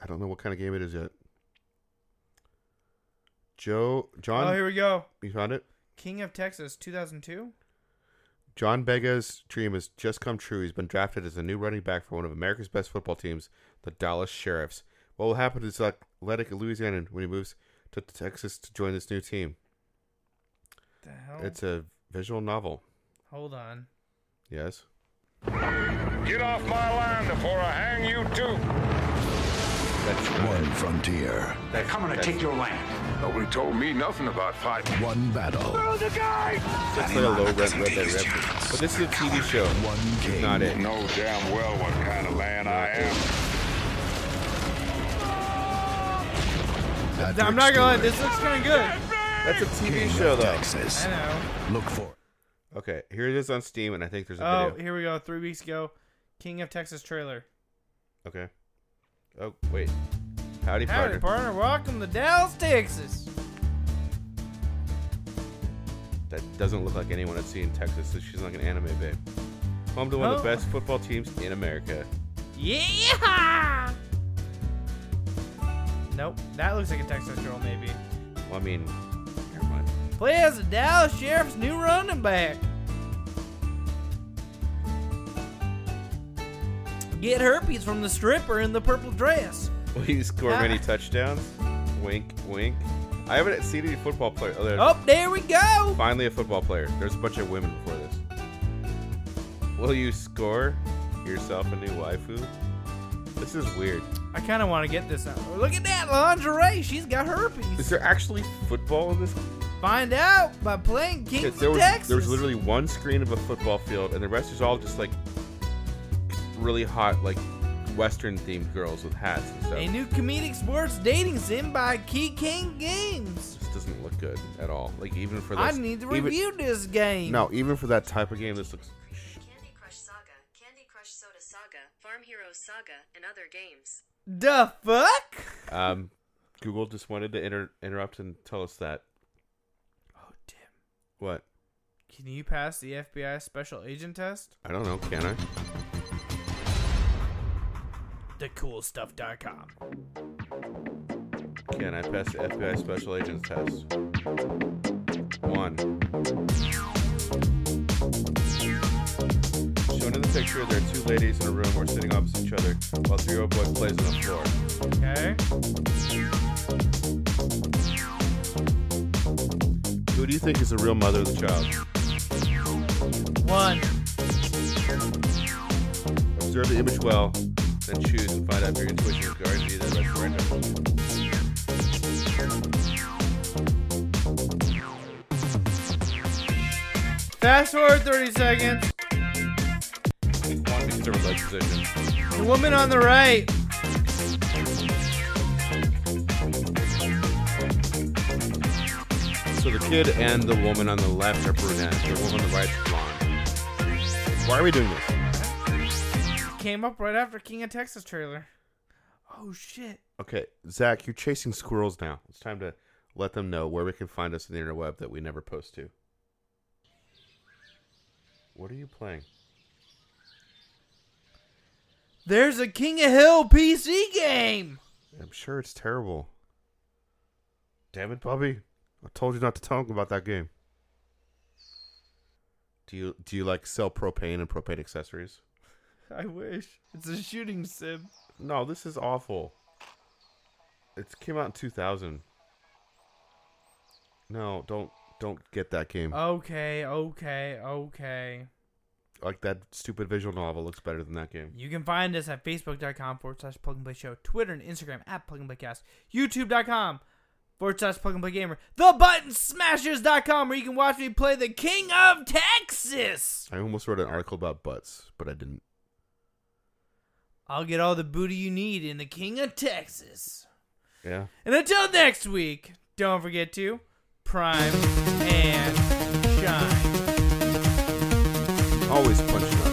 D: I don't know what kind of game it is yet. Joe John
C: Oh, here we go.
D: You found it?
C: King of Texas 2002?
D: John Bega's dream has just come true. He's been drafted as a new running back for one of America's best football teams, the Dallas Sheriffs. What will happen to this athletic Louisianan when he moves to Texas to join this new team?
C: The hell?
D: It's a visual novel.
C: Hold on.
D: Yes.
J: Get off my line before I hang you too.
D: That's
F: One frontier,
J: They're coming to take your land. Nobody told me nothing about fighting.
F: one battle,
J: the guy!
D: It's like a low red, red, red, red. But this is a TV show.
F: one
D: It's
F: king.
D: not it.
J: Know damn well what kind of land I am.
F: Patrick
C: I'm not gonna lie,
F: Stewart,
C: this looks kinda good.
D: That's a TV
F: King
D: show,
F: of
D: though.
F: Texas.
C: I know.
F: Look for
D: Okay, here it is on Steam, and I think there's a
C: Oh,
D: video.
C: here we go. Three weeks ago. King of Texas trailer.
D: Okay. Oh, wait.
C: Howdy,
D: Howdy, partner.
C: partner. Welcome to Dallas, Texas.
D: that doesn't look like anyone I'd see in Texas. So she's like an anime babe. Home to one of the
C: Oh.
D: best football teams in America.
C: Yeah. Nope, that looks like a Texas girl, maybe.
D: Well, I mean, never mind. <laughs>
C: Play as the Dallas Sheriff's new running back. Get herpes from the stripper in the purple dress.
D: Will you score many
C: Ah.
D: touchdowns? Wink, wink. I haven't seen any football player. Oh, there's
C: Oh, there we go.
D: finally a football player. There's a bunch of women before this. Will you score yourself a new waifu? This is weird.
C: I kind of want to get this out. Look at that lingerie. She's got
D: Is
C: herpes.
D: there actually football in this?
C: Find out by playing King
D: there
C: of
D: was
C: Texas.
D: there was literally one screen of a football field, and the rest is all just like really hot, like Western themed girls with hats and stuff.
C: a new comedic sports dating sim by Key King Games.
D: this doesn't look good at all. Like even for
C: I
D: this,
C: need to
D: even-
C: review this game.
D: No, even for that type of game, this looks
E: Candy Crush Saga, Candy Crush Soda Saga, Farm Hero Saga, and other games.
C: The fuck?
D: Um, Google just wanted to inter- interrupt and tell us that.
C: Oh,
D: What?
C: Can you pass the FBI special agent test?
D: I don't know. Can I?
C: TheCoolStuff.com.
D: Can I pass the FBI special agents test? One. Shown in the picture, there are two ladies in a room who are sitting opposite each other while a three year old boy plays on the floor.
C: Okay.
D: Who do you think is the real mother of the child?
C: One.
D: Observe the image well, then choose and find out if your intuition is guarding you the referendum.
C: Fast forward 30 seconds.
D: Conservative leg position.
C: The woman on the right.
D: So the kid and the woman on the left are brunette. The woman on the right is blonde. Why are we doing this?
C: Came up right after King of Texas trailer. Oh shit.
D: Okay, Zach, you're chasing squirrels now. It's time to let them know where we can find us on the interweb that we never post to. What are you playing?
C: There's a King of Hill PC game.
D: I'm sure it's terrible. Damn it, Bobby! I told you not to talk about that game. Do you do you like sell propane and propane accessories?
C: I wish. It's a shooting sim.
D: No, this is awful. It came out in 2000. No, don't don't get that game.
C: Okay, okay, okay.
D: like that stupid visual novel looks better than that game.
C: You can find us at facebook.com forward slash plug and play show, Twitter and Instagram at plug and play cast, youtube.com forward slash plug and play gamer, thebuttonsmashers.com where you can watch me play the King of Texas.
D: I almost wrote an article about butts, but I didn't.
C: I'll get all the booty you need in the King of Texas.
D: Yeah.
C: And until next week, don't forget to prime and shine.
D: Always punch it up.